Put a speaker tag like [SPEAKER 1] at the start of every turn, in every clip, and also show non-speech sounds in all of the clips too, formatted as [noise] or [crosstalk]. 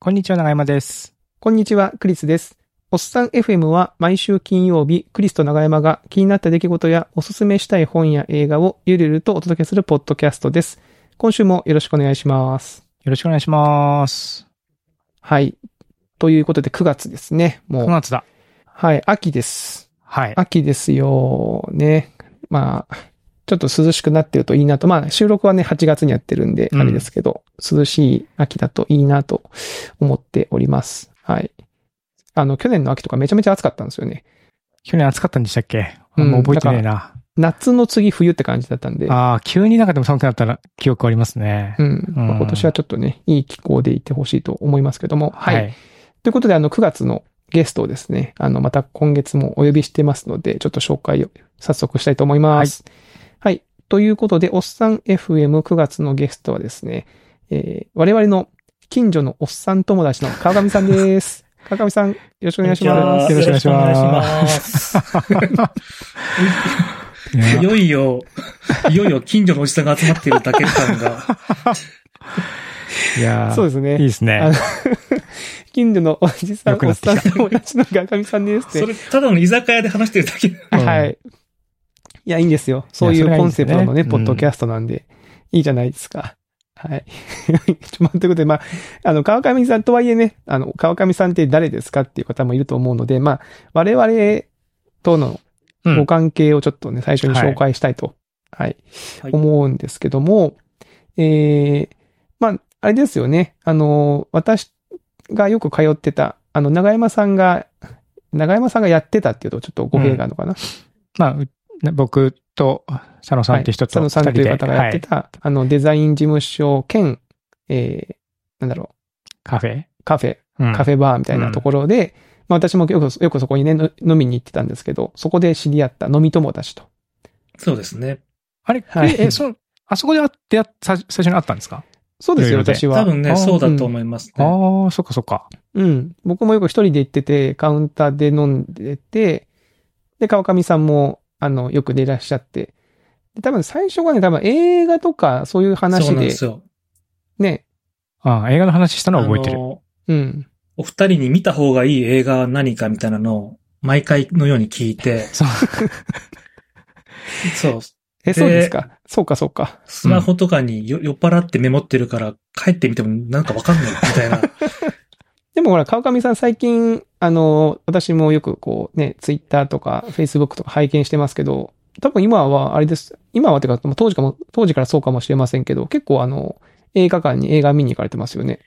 [SPEAKER 1] こんにちは、長山です。
[SPEAKER 2] こんにちは、クリスです。おっさん FM は毎週金曜日、クリスと長山が気になった出来事やおすすめしたい本や映画をゆるゆるとお届けするポッドキャストです。今週もよろしくお願いします。
[SPEAKER 1] よろしくお願いします。
[SPEAKER 2] はい。ということで9月ですね。も
[SPEAKER 1] 9
[SPEAKER 2] う。
[SPEAKER 1] 月だ。
[SPEAKER 2] はい、秋です。
[SPEAKER 1] はい。
[SPEAKER 2] 秋ですよ。ね。まあ、ちょっと涼しくなってるといいなと。まあ、収録はね、8月にやってるんで、
[SPEAKER 1] うん
[SPEAKER 2] あれですけど、涼しい秋だといいなと思っております。はい。あの、去年の秋とかめちゃめちゃ暑かったんですよね。
[SPEAKER 1] 去年暑かったんでしたっけあ
[SPEAKER 2] うん
[SPEAKER 1] んま覚えてねえな。
[SPEAKER 2] 夏の次冬って感じだったんで、
[SPEAKER 1] ああ、急になんかでも寒くなったら記憶ありますね
[SPEAKER 2] う。ん。ま
[SPEAKER 1] うん
[SPEAKER 2] あ今年はちょっとね、いい気候でいてほしいと思いますけども。はい。
[SPEAKER 1] はい。
[SPEAKER 2] ということで、あの、9月のゲストをですね、あの、また今月もお呼びしてますので、ちょっと紹介を早速したいと思います。はい。ということで、おっさん FM9 月のゲストはですね、えー我々の近所のおっさん友達の川上さ
[SPEAKER 1] [laughs]
[SPEAKER 2] んです。川上さん、よろしくお願いしま
[SPEAKER 1] こ
[SPEAKER 2] す。
[SPEAKER 1] んにちはよろしくお願いします。
[SPEAKER 3] い
[SPEAKER 1] ね
[SPEAKER 3] よいよ、いよいよ近所のおじさんが集まっているだけ感が。
[SPEAKER 1] いやー
[SPEAKER 2] そうですね。
[SPEAKER 1] いいです
[SPEAKER 2] あ
[SPEAKER 1] ね
[SPEAKER 2] の。、 [laughs] 近所のおじさん、
[SPEAKER 1] よく
[SPEAKER 2] お
[SPEAKER 1] な
[SPEAKER 2] っ
[SPEAKER 1] ってきた
[SPEAKER 2] さん友達の川上さんですって
[SPEAKER 3] それ、ただの居酒屋で話してるだけ。
[SPEAKER 1] うん
[SPEAKER 2] はい。いや、いいんですよ。そうい
[SPEAKER 1] それ
[SPEAKER 2] う
[SPEAKER 1] がいい
[SPEAKER 2] コ
[SPEAKER 1] ん
[SPEAKER 2] ン
[SPEAKER 1] です
[SPEAKER 2] セ
[SPEAKER 1] よ
[SPEAKER 2] プ
[SPEAKER 1] ね
[SPEAKER 2] トのね、
[SPEAKER 1] うん
[SPEAKER 2] ポッドキャストなんで、いいじゃないですか。はい。ちょっと待ってことで、まあ、あの、川上さんとはいえね、あの、川上さんって誰ですかっていう方もいると思うので、まあ、我々との
[SPEAKER 1] うん
[SPEAKER 2] ご関係をちょっとね、最初に
[SPEAKER 1] はい
[SPEAKER 2] 紹介したいと、はい、
[SPEAKER 3] はい
[SPEAKER 2] 思うんですけども、えー、まあ、あれですよね、あの、私がよく通ってた、あの、長山さんが、長山さんがやってたっていうと、ちょっと語弊があるのかな。
[SPEAKER 1] まあう、僕と佐野さんって人と
[SPEAKER 2] は
[SPEAKER 1] 二
[SPEAKER 2] い佐野
[SPEAKER 1] 人
[SPEAKER 2] さんという
[SPEAKER 1] で、
[SPEAKER 2] 方がやってた、あの、デザイン事務所兼、えー、なんだろ
[SPEAKER 1] カフェ
[SPEAKER 2] う、カフェ、カ
[SPEAKER 1] ェ。
[SPEAKER 2] フェバーみたいなところで、まあ私もよく、よくそこにね、の飲みに行ってたんですけど、そこで知り合った飲み友達と。
[SPEAKER 3] そうですね。
[SPEAKER 1] あれ
[SPEAKER 2] はい
[SPEAKER 1] え、えその、あそこで会って、さ最初に会ったんですか
[SPEAKER 2] そうですよ、
[SPEAKER 1] いろいろね
[SPEAKER 2] 私
[SPEAKER 3] 多
[SPEAKER 2] は。
[SPEAKER 3] 分
[SPEAKER 1] あ
[SPEAKER 3] ね、そうだと思います
[SPEAKER 1] あ
[SPEAKER 3] ね。
[SPEAKER 1] あ、そっかそっか。
[SPEAKER 2] うん。僕もよく一人で行ってて、カウンターで飲んでて、で、川上さんも、あの、よく出らっしゃって。で多分最初はね、多分映画とかそういう
[SPEAKER 3] そう
[SPEAKER 2] 話
[SPEAKER 3] なん
[SPEAKER 2] で
[SPEAKER 3] で、すよ。
[SPEAKER 2] ね、
[SPEAKER 1] ああ、映画の話したのは覚えて
[SPEAKER 3] あ
[SPEAKER 1] る。
[SPEAKER 3] の
[SPEAKER 2] うん。
[SPEAKER 3] お二人に見た方がいい映画は何かみたいなのを、毎回のように聞いて、
[SPEAKER 1] そう。
[SPEAKER 3] そう、
[SPEAKER 2] え、そうですか。そうか、そうか。
[SPEAKER 3] スマホとかによ酔っ払ってメモってるから、帰ってみてもなんかわかんないみたいな。
[SPEAKER 2] でもほら、川上さん最近、あの、私もよくこうね、ツイッターとかフェイスブックとか拝見してますけど、多分今はあれです。今はっていうか、当時かも、当時からそうかもしれませんけど、結構あの、映画館に映画見に行かれてますよね。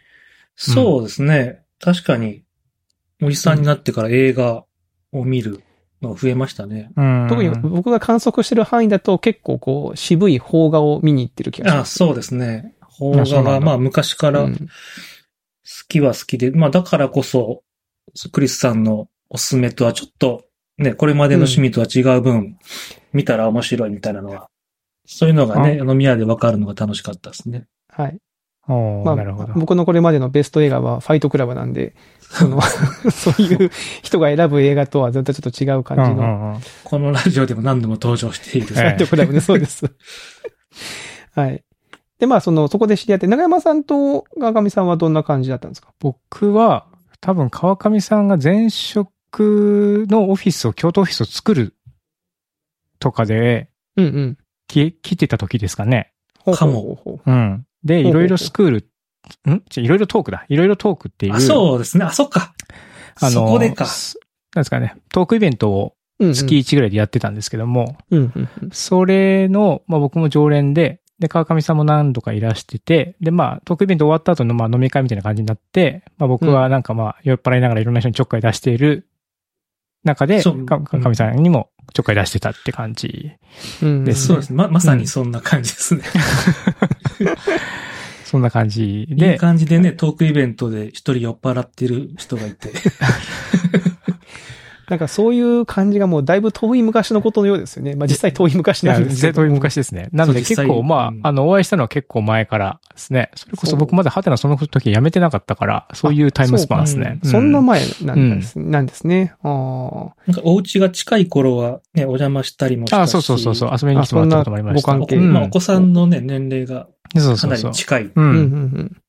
[SPEAKER 3] そうですね。確かに、おじさんになってから映画を見るの増えましたね。
[SPEAKER 1] うん
[SPEAKER 2] 特に僕が観測してる範囲だと結構こう、渋い邦画を見に行ってる気がし
[SPEAKER 3] あ
[SPEAKER 2] ます。
[SPEAKER 3] そうですね。邦
[SPEAKER 1] あそう
[SPEAKER 3] 画
[SPEAKER 1] なんだ
[SPEAKER 3] は、まあ昔から
[SPEAKER 2] う
[SPEAKER 3] 好
[SPEAKER 2] ん
[SPEAKER 3] きは好きで、まあだからこそ、クリスさんのおすすめとはちょっと、ね、これまでの趣味とは違う分、見たら面白いみたいなのは、そういうのがね、飲み屋でわかるのが楽しかったですね。
[SPEAKER 2] はい。
[SPEAKER 1] おー
[SPEAKER 2] まあ
[SPEAKER 1] なるほど。
[SPEAKER 2] 僕のこれまでのベスト映画はファイトクラブなんで、
[SPEAKER 1] [laughs]
[SPEAKER 2] その、そういう人が選ぶ映画とは全然ちょっと違う感じの
[SPEAKER 1] うんうんうん
[SPEAKER 3] このラジオでも何度も登場している。
[SPEAKER 1] ええ
[SPEAKER 2] ラジオクラブね、そうです。はい。で、まあ、その、そこで知り合って、長山さんと川上さんはどんな感じだったんですか
[SPEAKER 1] 僕は、多分川上さんが前職のオフィスを、京都オフィスを作るとかで、
[SPEAKER 2] うんうん。
[SPEAKER 1] き来てた時ですかね。
[SPEAKER 2] ほう
[SPEAKER 3] かも
[SPEAKER 2] ほうほうほ
[SPEAKER 1] うん。で、
[SPEAKER 2] ほうほうほ
[SPEAKER 1] い
[SPEAKER 2] う
[SPEAKER 1] ろいろスクール、ん違ういろいろトークだ。いろいろトークっていう。
[SPEAKER 3] あ、そうですね。あ、そっか。
[SPEAKER 1] あの
[SPEAKER 3] そこでか。
[SPEAKER 1] すなんですかね。トークイベントを
[SPEAKER 2] ううんうん
[SPEAKER 1] 月。1ぐらいでやってたんですけども、
[SPEAKER 2] うんうんうん。
[SPEAKER 1] それの、まあ僕も常連で、で、川上さんも何度かいらしてて、で、まあ、トークイベント終わった後の、まあ、飲み会みたいな感じになって、まあ、僕はなんかまあ、酔っ払いながらいろんな人にちょっかい出している中で、
[SPEAKER 3] そう
[SPEAKER 1] か川上さんにもちょっかい出してたって感じ。
[SPEAKER 2] うん
[SPEAKER 1] で
[SPEAKER 3] そうですね。ま、まさにそんな感じ
[SPEAKER 1] [laughs]
[SPEAKER 3] ですね。
[SPEAKER 1] そんな感じ
[SPEAKER 3] いい
[SPEAKER 1] で、
[SPEAKER 3] 感じでね、トークイベントで一人酔っ払ってる人がいて。
[SPEAKER 2] なんかそういう感じがもうだいぶ遠い昔のことのようですよね。まあ実際遠い昔
[SPEAKER 1] い
[SPEAKER 2] な
[SPEAKER 1] や
[SPEAKER 2] んですけ
[SPEAKER 1] 絶
[SPEAKER 2] ど。
[SPEAKER 1] 対昔ですね。なので
[SPEAKER 3] そう実
[SPEAKER 1] 結
[SPEAKER 3] 際
[SPEAKER 1] 構ま
[SPEAKER 3] うん
[SPEAKER 1] あ、あの、お会いしたのは結構前からですね。それこそ僕まだハテナその時辞めてなかったから、そういうタイムスパンですね。う
[SPEAKER 2] そんな
[SPEAKER 1] う
[SPEAKER 2] 前なんです,、なんですね。あ
[SPEAKER 3] なんかお家が近い頃はね、お邪魔したりもしたし。
[SPEAKER 1] あ、そうそうそうそう、遊びに来てもらったこともありまし
[SPEAKER 2] あ
[SPEAKER 1] た。
[SPEAKER 2] そんなご関係
[SPEAKER 1] うん
[SPEAKER 3] まあお子さんのね、年齢が
[SPEAKER 1] そう
[SPEAKER 3] か
[SPEAKER 1] そ
[SPEAKER 3] な
[SPEAKER 1] うそ
[SPEAKER 3] り
[SPEAKER 1] う。
[SPEAKER 3] 近い。
[SPEAKER 1] う
[SPEAKER 2] あ。うんうん
[SPEAKER 1] ん。
[SPEAKER 2] うん。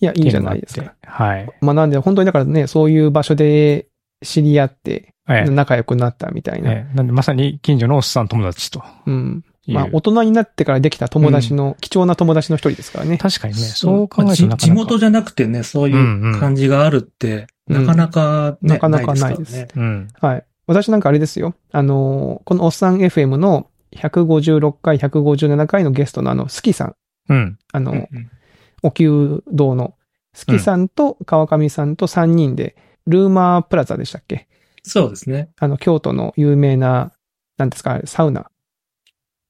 [SPEAKER 2] いや、い
[SPEAKER 1] い
[SPEAKER 2] いじゃないですか。。
[SPEAKER 1] はい。
[SPEAKER 2] まあなんで、本当にだからね、そういう場所で知り合って、
[SPEAKER 1] ええ
[SPEAKER 2] 仲良くなったみたいな。
[SPEAKER 1] ええなんで、まさに近所のおっさん友達と
[SPEAKER 2] うん。
[SPEAKER 1] いう。
[SPEAKER 2] まあ、大人になってからできた友達の、貴重な友達の一人ですからね。
[SPEAKER 1] 確かにね、そう考えるとなかな
[SPEAKER 3] ま
[SPEAKER 1] か
[SPEAKER 3] あ地地元じゃなくてね、そうい
[SPEAKER 1] んう
[SPEAKER 3] うんう感じがあるって、
[SPEAKER 2] うん
[SPEAKER 3] なかなかね、
[SPEAKER 2] なかなかないです
[SPEAKER 3] からね。
[SPEAKER 1] うん。
[SPEAKER 2] はい。私なんかあれですよ。あのーこのおっさん FM の156回、157回のゲストのあの、スキさん。
[SPEAKER 1] うん。
[SPEAKER 2] あの、
[SPEAKER 3] うんうん
[SPEAKER 2] お給堂の、スキさんと川上さんと3人で、ルーマープラザでしたっけ
[SPEAKER 3] そうですね。
[SPEAKER 2] あの、京都の有名な、なんですか、サウナ。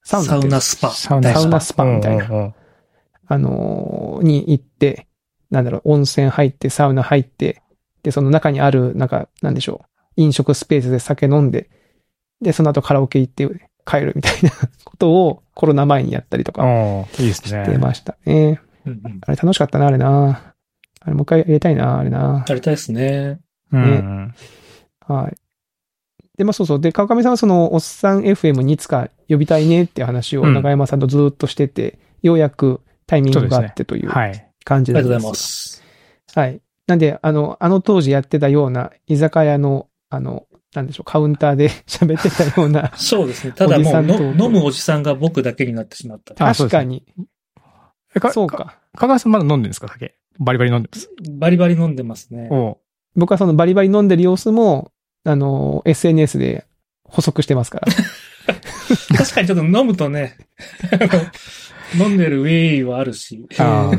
[SPEAKER 2] サウナ
[SPEAKER 3] サ
[SPEAKER 2] っ
[SPEAKER 3] ウ
[SPEAKER 2] て
[SPEAKER 3] ナスパ。
[SPEAKER 1] サウ
[SPEAKER 2] ナ
[SPEAKER 1] ナ
[SPEAKER 2] スパ
[SPEAKER 1] スパ
[SPEAKER 2] みたいな
[SPEAKER 1] うんうんうん
[SPEAKER 2] あのーに行って、なんだろう、温泉入って、サウナ入って、で、その中にある、なんか、なんでしょう、飲食スペースで酒飲んで、で、その後カラオケ行って帰るみたいな [laughs] ことをコロナ前にやったりとか
[SPEAKER 1] おーいいです
[SPEAKER 2] して
[SPEAKER 1] ね。
[SPEAKER 2] ましたね。
[SPEAKER 3] うんうん
[SPEAKER 2] あれ楽しかったな、あれな。あれもう一回やりたいな、あれな。
[SPEAKER 3] やりたいですね。
[SPEAKER 1] うん。
[SPEAKER 2] はい。で、まあそうそう。で、川上さんはその、おっさん FM にいつか呼びたいねっていう話を
[SPEAKER 1] うん
[SPEAKER 2] 中山さんとずーっとしてて、ようやくタイミングがあってという
[SPEAKER 1] はい。
[SPEAKER 2] 感じ
[SPEAKER 3] あり
[SPEAKER 2] な
[SPEAKER 3] が
[SPEAKER 2] ん
[SPEAKER 3] と
[SPEAKER 2] です
[SPEAKER 3] うござ
[SPEAKER 2] は
[SPEAKER 3] います。
[SPEAKER 2] い。なんで、あの、あの当時やってたような、居酒屋の、あの、なんでしょう、カウンターで [laughs] 喋ってたような、
[SPEAKER 3] そうですね。ただ
[SPEAKER 2] おじ
[SPEAKER 3] も
[SPEAKER 2] さ
[SPEAKER 3] うん
[SPEAKER 2] と
[SPEAKER 3] の飲むおじさんが僕だけになってしまった。
[SPEAKER 1] [laughs] あそう
[SPEAKER 2] 確
[SPEAKER 1] ですね
[SPEAKER 2] かに。
[SPEAKER 1] えか、
[SPEAKER 2] そう
[SPEAKER 1] か。
[SPEAKER 2] か。
[SPEAKER 1] 香川さんまだ飲んでるんですか酒。バリバリ飲んでます。
[SPEAKER 3] バリバリ飲んでますね。
[SPEAKER 1] おう
[SPEAKER 2] 僕はそのバリバリ飲んでる様子も、あの、SNS で補足してますから。
[SPEAKER 3] 確かにちょっと飲むとね、 [laughs] あの飲んでるウェイはあるし。
[SPEAKER 1] [laughs] [laughs] ああ。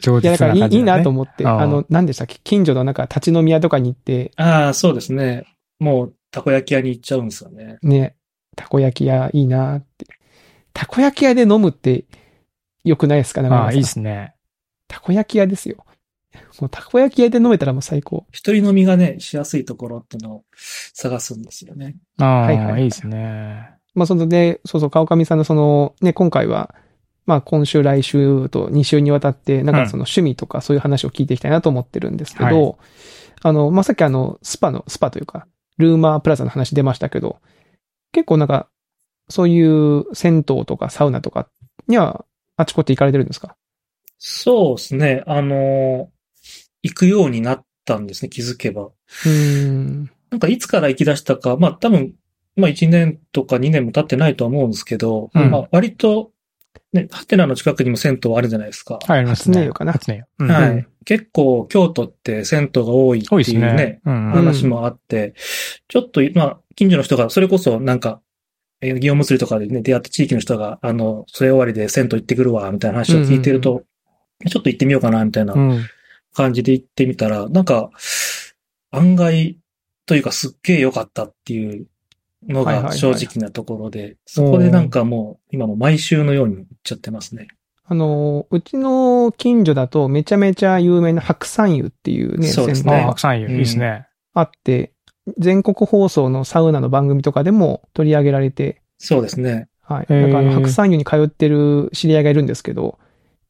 [SPEAKER 1] 上
[SPEAKER 2] [laughs] いや、
[SPEAKER 1] 手
[SPEAKER 2] だからいい,、いいなと思って、
[SPEAKER 1] あー
[SPEAKER 2] あの、なんでしたっけ、近所のなんか立ち飲み屋とかに行って、
[SPEAKER 3] ああ、そうですね。もう、たこ焼き屋に行っちゃうんですよね。
[SPEAKER 2] ね、たこ焼き屋いいなって。たこ焼き屋で飲むって良くないですかね。
[SPEAKER 1] ああ、いい
[SPEAKER 2] で。
[SPEAKER 1] ですすね。
[SPEAKER 2] たこ焼き屋ですよ。もうたこ焼き屋で飲めたらもう最高。
[SPEAKER 3] 一人飲みがね、しやすいところってのを探すんですよね。
[SPEAKER 1] あ
[SPEAKER 2] はいはい
[SPEAKER 1] あ、
[SPEAKER 2] はい
[SPEAKER 1] いいですね。
[SPEAKER 2] まあ、そので、そうそう、川上さんのその、ね、今回は、まあ、今週、来週と2週にわたって、なん
[SPEAKER 1] う
[SPEAKER 2] か
[SPEAKER 1] ん
[SPEAKER 2] その趣味とかそういう話を聞いていきたいなと思ってるんですけど、
[SPEAKER 1] はい
[SPEAKER 2] あの、まあ、さっきあの、スパの、スパというか、ルーマープラザの話出ましたけど、結構なんか、そういう銭湯とかサウナとかには、あちこち行かれてるんですか
[SPEAKER 3] そうですね。あの、行くようになったんですね、気づけば。
[SPEAKER 2] うーん。
[SPEAKER 3] なんかいつから行き出したか、まあ多分、まあ1年とか2年も経ってないとは思うんですけど、
[SPEAKER 1] うん
[SPEAKER 3] まあ割と、ね、ハテナの近くにも銭湯あるじゃないですか。
[SPEAKER 1] はい、ありますね。
[SPEAKER 2] 初音湯かな
[SPEAKER 1] 初音湯。うん
[SPEAKER 3] は
[SPEAKER 2] うん
[SPEAKER 3] い。結構京都って銭湯が多いって
[SPEAKER 1] 多いで
[SPEAKER 3] い
[SPEAKER 1] す
[SPEAKER 3] う
[SPEAKER 1] ね
[SPEAKER 3] ね、。
[SPEAKER 1] うんうん。
[SPEAKER 3] 話もあって、ちょっと、まあ、近所の人が、それこそなんか、えー祇園祭りとかでね、出会った地域の人が、あの、それ終わりで銭湯行ってくるわ、みたいな話を聞いてると、ちょっと行ってみようかな、みたいな
[SPEAKER 1] うん。
[SPEAKER 3] 感じで行ってみたら、なんか、案外というかすっげえ良かったっていうの
[SPEAKER 2] はいはいは
[SPEAKER 3] が
[SPEAKER 2] い
[SPEAKER 3] 正直なところで、そこでなんかもう、今も毎週のように行っちゃってますね。
[SPEAKER 2] あの、うちの近所だとめちゃめちゃ有名な白山湯っていうね、
[SPEAKER 3] そうです
[SPEAKER 2] 銭
[SPEAKER 1] あ
[SPEAKER 2] 湯
[SPEAKER 1] あ、
[SPEAKER 3] ね
[SPEAKER 1] 白山湯。いいですね。
[SPEAKER 2] あって、全国放送のサウナの番組とかでも取り上げられて、
[SPEAKER 3] そうですね。
[SPEAKER 2] はい。
[SPEAKER 1] へー
[SPEAKER 2] なんかあの、白山湯に通ってる知り合いがいるんですけど、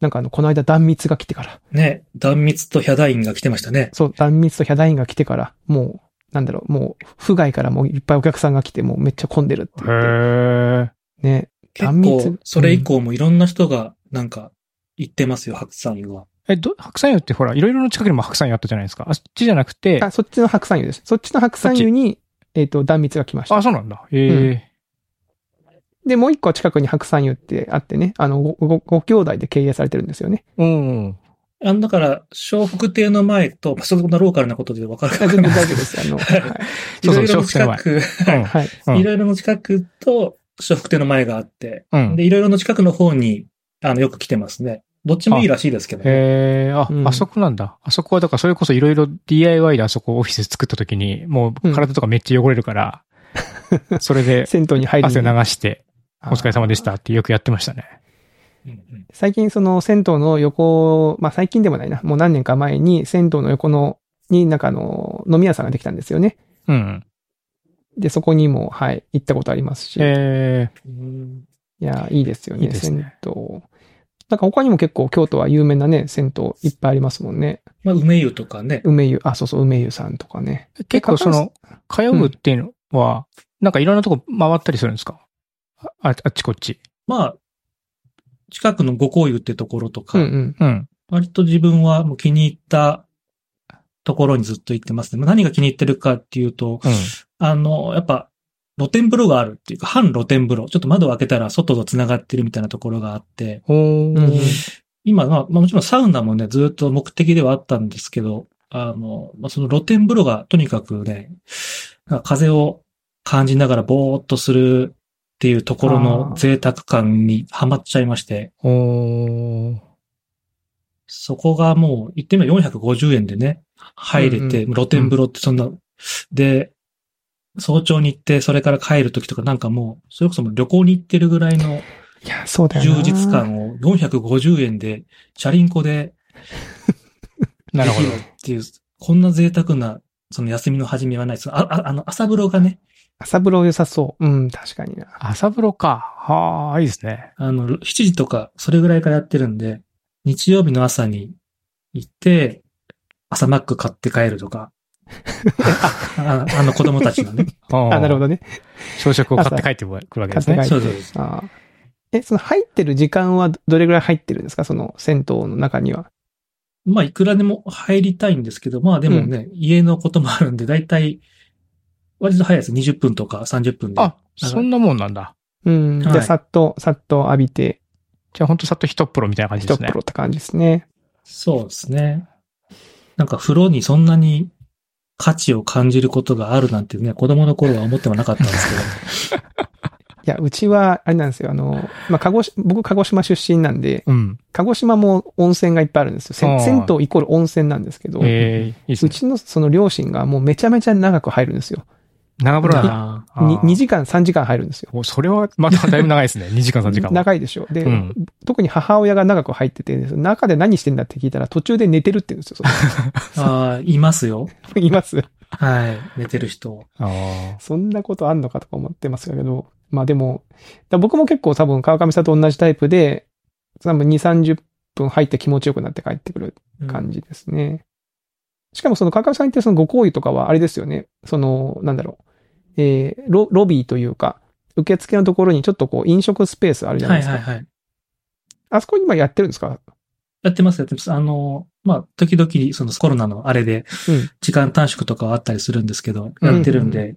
[SPEAKER 2] なんかあの、この間断蜜が来てから、
[SPEAKER 3] ね、断蜜とヒャダインが来てましたね。
[SPEAKER 2] そう、断蜜とヒャダインが来てから、もう、なんだろう、もう、府外からもういっぱいお客さんが来て、もうめっちゃ混んでるって
[SPEAKER 1] へ
[SPEAKER 2] 言って、
[SPEAKER 1] え。
[SPEAKER 2] ね。
[SPEAKER 3] 結
[SPEAKER 2] 断蜜
[SPEAKER 3] 構、それ以降もいろんな人がなんか行ってますよ、白山湯は。
[SPEAKER 1] え、ど、白山湯ってほら、いろいろの近くにも白山湯あったじゃないですか。あっちじゃなくて、
[SPEAKER 2] あ、そっちの白山湯です。そっちの白山湯に、えっ、と、断蜜が来ました
[SPEAKER 1] あ、。そうなんだ。へえ。
[SPEAKER 2] で、もう一個近くに白山湯ってあってね、あの、ご、ご、ご兄弟で経営されてるんで
[SPEAKER 1] [laughs]
[SPEAKER 2] すよね。
[SPEAKER 1] うん。
[SPEAKER 3] あの、だから、小福亭の前と、まあ、そんなローカルなことでわかる
[SPEAKER 2] あ
[SPEAKER 3] か
[SPEAKER 2] 全然
[SPEAKER 3] な
[SPEAKER 1] [laughs]
[SPEAKER 2] 大丈夫です。あの、はい。
[SPEAKER 3] い
[SPEAKER 1] そうそ
[SPEAKER 3] ろ
[SPEAKER 1] う
[SPEAKER 3] い
[SPEAKER 1] 笑
[SPEAKER 3] ろの
[SPEAKER 1] 福亭の
[SPEAKER 3] 近
[SPEAKER 1] 前 [laughs]
[SPEAKER 3] く、
[SPEAKER 2] はい。
[SPEAKER 1] うん
[SPEAKER 3] いろいろの近くと、小福亭の前があって、
[SPEAKER 2] [laughs]
[SPEAKER 1] うん。
[SPEAKER 3] で、いろいろの近くの方に、あの、よく来てますね。どっちもいいらしいですけどね。
[SPEAKER 1] へえ、あ、
[SPEAKER 2] うん
[SPEAKER 1] あそこなんだ。あそこは、だからそれこそいろいろ DIY であそこオフィス作った時に、も
[SPEAKER 2] う
[SPEAKER 1] うん体とかめっちゃ汚れる
[SPEAKER 2] [laughs]
[SPEAKER 1] から、それで
[SPEAKER 2] 銭湯に入りに
[SPEAKER 1] 汗流して、お疲れ様でしたってよくやってましたね。
[SPEAKER 3] うん
[SPEAKER 2] 最近その銭湯の横、まあ最近でもないな、もう何年か前に銭湯の横の、になんかあの、飲み屋さんができたんですよね。
[SPEAKER 1] うん。
[SPEAKER 2] で、そこにも、はい、行ったことありますし。
[SPEAKER 1] ええ、
[SPEAKER 3] うん
[SPEAKER 2] いや、いいですよね、
[SPEAKER 1] いいですね
[SPEAKER 2] 銭湯。なんか他にも結構京都は有名なね、銭湯いっぱいありますもんね。
[SPEAKER 3] まあ、梅湯とかね。
[SPEAKER 2] 梅湯、あ、そうそう、梅湯さんとかね。
[SPEAKER 1] 結構その、通うっていうのは、なんかいろんなとこ回ったりするんですかあああっちこっち。
[SPEAKER 3] まあ、近くの五香湯ってところとか、
[SPEAKER 2] うんうん。
[SPEAKER 1] うん。
[SPEAKER 3] 割と自分はもう気に入ったところにずっと行ってますね。まあ何が気に入ってるかっていうと、
[SPEAKER 1] うん。
[SPEAKER 3] あの、やっぱ、露天風呂があるっていうか、半露天風呂。ちょっと窓を開けたら外と繋がってるみたいなところがあって、
[SPEAKER 1] お
[SPEAKER 2] うん
[SPEAKER 1] ー。
[SPEAKER 3] 今、まあ、まあもちろんサウナもね、ずっと目的ではあったんですけど、あの、まあ、その露天風呂がとにかくね、なんか風を感じながらぼーっとするっていうところの贅沢感にハマっちゃいまして、
[SPEAKER 1] おー。
[SPEAKER 3] そこがもう、言ってみれば450円でね、入れて、
[SPEAKER 2] うん
[SPEAKER 3] 露天風呂ってそんな、で、早朝に行って、それから帰る時とかなんかもう、それこそもう旅行に行ってるぐらいの
[SPEAKER 2] いや、そうだよな。
[SPEAKER 3] 充実。感を450円で、チャリンコで
[SPEAKER 1] なるほど
[SPEAKER 3] でき。っていう、こんな贅沢な、その休みの始めはないです。あ、ああの、朝風呂がね、
[SPEAKER 2] 朝風呂良さそう。うん、確かにな。
[SPEAKER 1] 朝風呂か。はあ、いいですね。
[SPEAKER 3] あの、7時とか、それぐらいからやってるんで、日曜日の朝に行って、朝マック買って帰ると
[SPEAKER 2] [laughs]
[SPEAKER 3] か、ああの子供たちのね。
[SPEAKER 1] あ
[SPEAKER 2] あ、なる
[SPEAKER 1] ど。
[SPEAKER 2] ほどね。
[SPEAKER 1] 朝食を買って帰ってくるわけですね
[SPEAKER 2] 買。って帰っ
[SPEAKER 3] そうそ
[SPEAKER 2] て
[SPEAKER 3] うです。
[SPEAKER 2] あーえ、その入ってる時間はどどれぐらい入ってるんですかその銭湯の中には。
[SPEAKER 3] まあ、いくらでも入りたいんですけど、まあでもね、家のこともあるんで、だいたい、割と早いです。20分とか30分で。
[SPEAKER 1] あ、そんなもんなんだ。
[SPEAKER 2] うん。じ
[SPEAKER 3] はい
[SPEAKER 2] ゃあ、さっと、さっと浴びて、
[SPEAKER 1] じゃあほんとさっと一っ風呂みたいな感じで
[SPEAKER 2] 一
[SPEAKER 1] す
[SPEAKER 2] 風
[SPEAKER 1] ね
[SPEAKER 2] 呂。って感じですね。
[SPEAKER 3] そうですね。なんか風呂にそんなに価値を感じることがあるなんてね、子供の頃は思ってはなかったんですけど。
[SPEAKER 2] いや、うちは、あれなんですよ。あの、まあ、鹿児島、僕、鹿児島出身なんで、
[SPEAKER 1] うん。
[SPEAKER 2] 鹿児島も温泉がいっぱいあるんですよ。せ
[SPEAKER 1] あー
[SPEAKER 2] ん銭湯イコール温泉なんですけど、
[SPEAKER 1] ええ、いいです
[SPEAKER 2] う
[SPEAKER 1] ね。
[SPEAKER 2] ちのその両親がもうめちゃめちゃ長く入るんですよ。
[SPEAKER 1] 長
[SPEAKER 2] [laughs]
[SPEAKER 1] 風呂だな。
[SPEAKER 3] な
[SPEAKER 2] に
[SPEAKER 1] あー
[SPEAKER 2] 2時間、3時間入るんですよ。
[SPEAKER 1] おそれはまただいぶ長いですね。2時間3時間は。
[SPEAKER 2] 長いでしょ。で、
[SPEAKER 1] うん
[SPEAKER 2] 特に母親が長く入ってて、中で何してんだって聞いたら途中で寝てるって言うんですよ。
[SPEAKER 3] [laughs] ああ、いますよ。
[SPEAKER 2] その [laughs] います。
[SPEAKER 3] はい。寝てる人。
[SPEAKER 1] あー
[SPEAKER 2] そんなことあんのかとか思ってますけど、まあでも、だ僕も結構多分川上さんと同じタイプで、多分2、30分入って気持ちよくなって帰ってくる
[SPEAKER 3] うん
[SPEAKER 2] 感じですね。しかもその川上さんってそのご行為とかはあれですよね。その、なんだろう。えーロ、ロビーというか、受付のところにちょっとこう飲食スペースあるじゃない
[SPEAKER 3] は
[SPEAKER 2] で
[SPEAKER 3] い
[SPEAKER 2] すか。
[SPEAKER 3] はいはい。
[SPEAKER 2] あそこ今やってるんですか
[SPEAKER 3] やってます、やってます。あの、まあ、時々、そのコロナのあれで
[SPEAKER 2] うん、
[SPEAKER 3] 時間短縮とかはあったりするんですけど、
[SPEAKER 2] うん
[SPEAKER 3] やってるんで、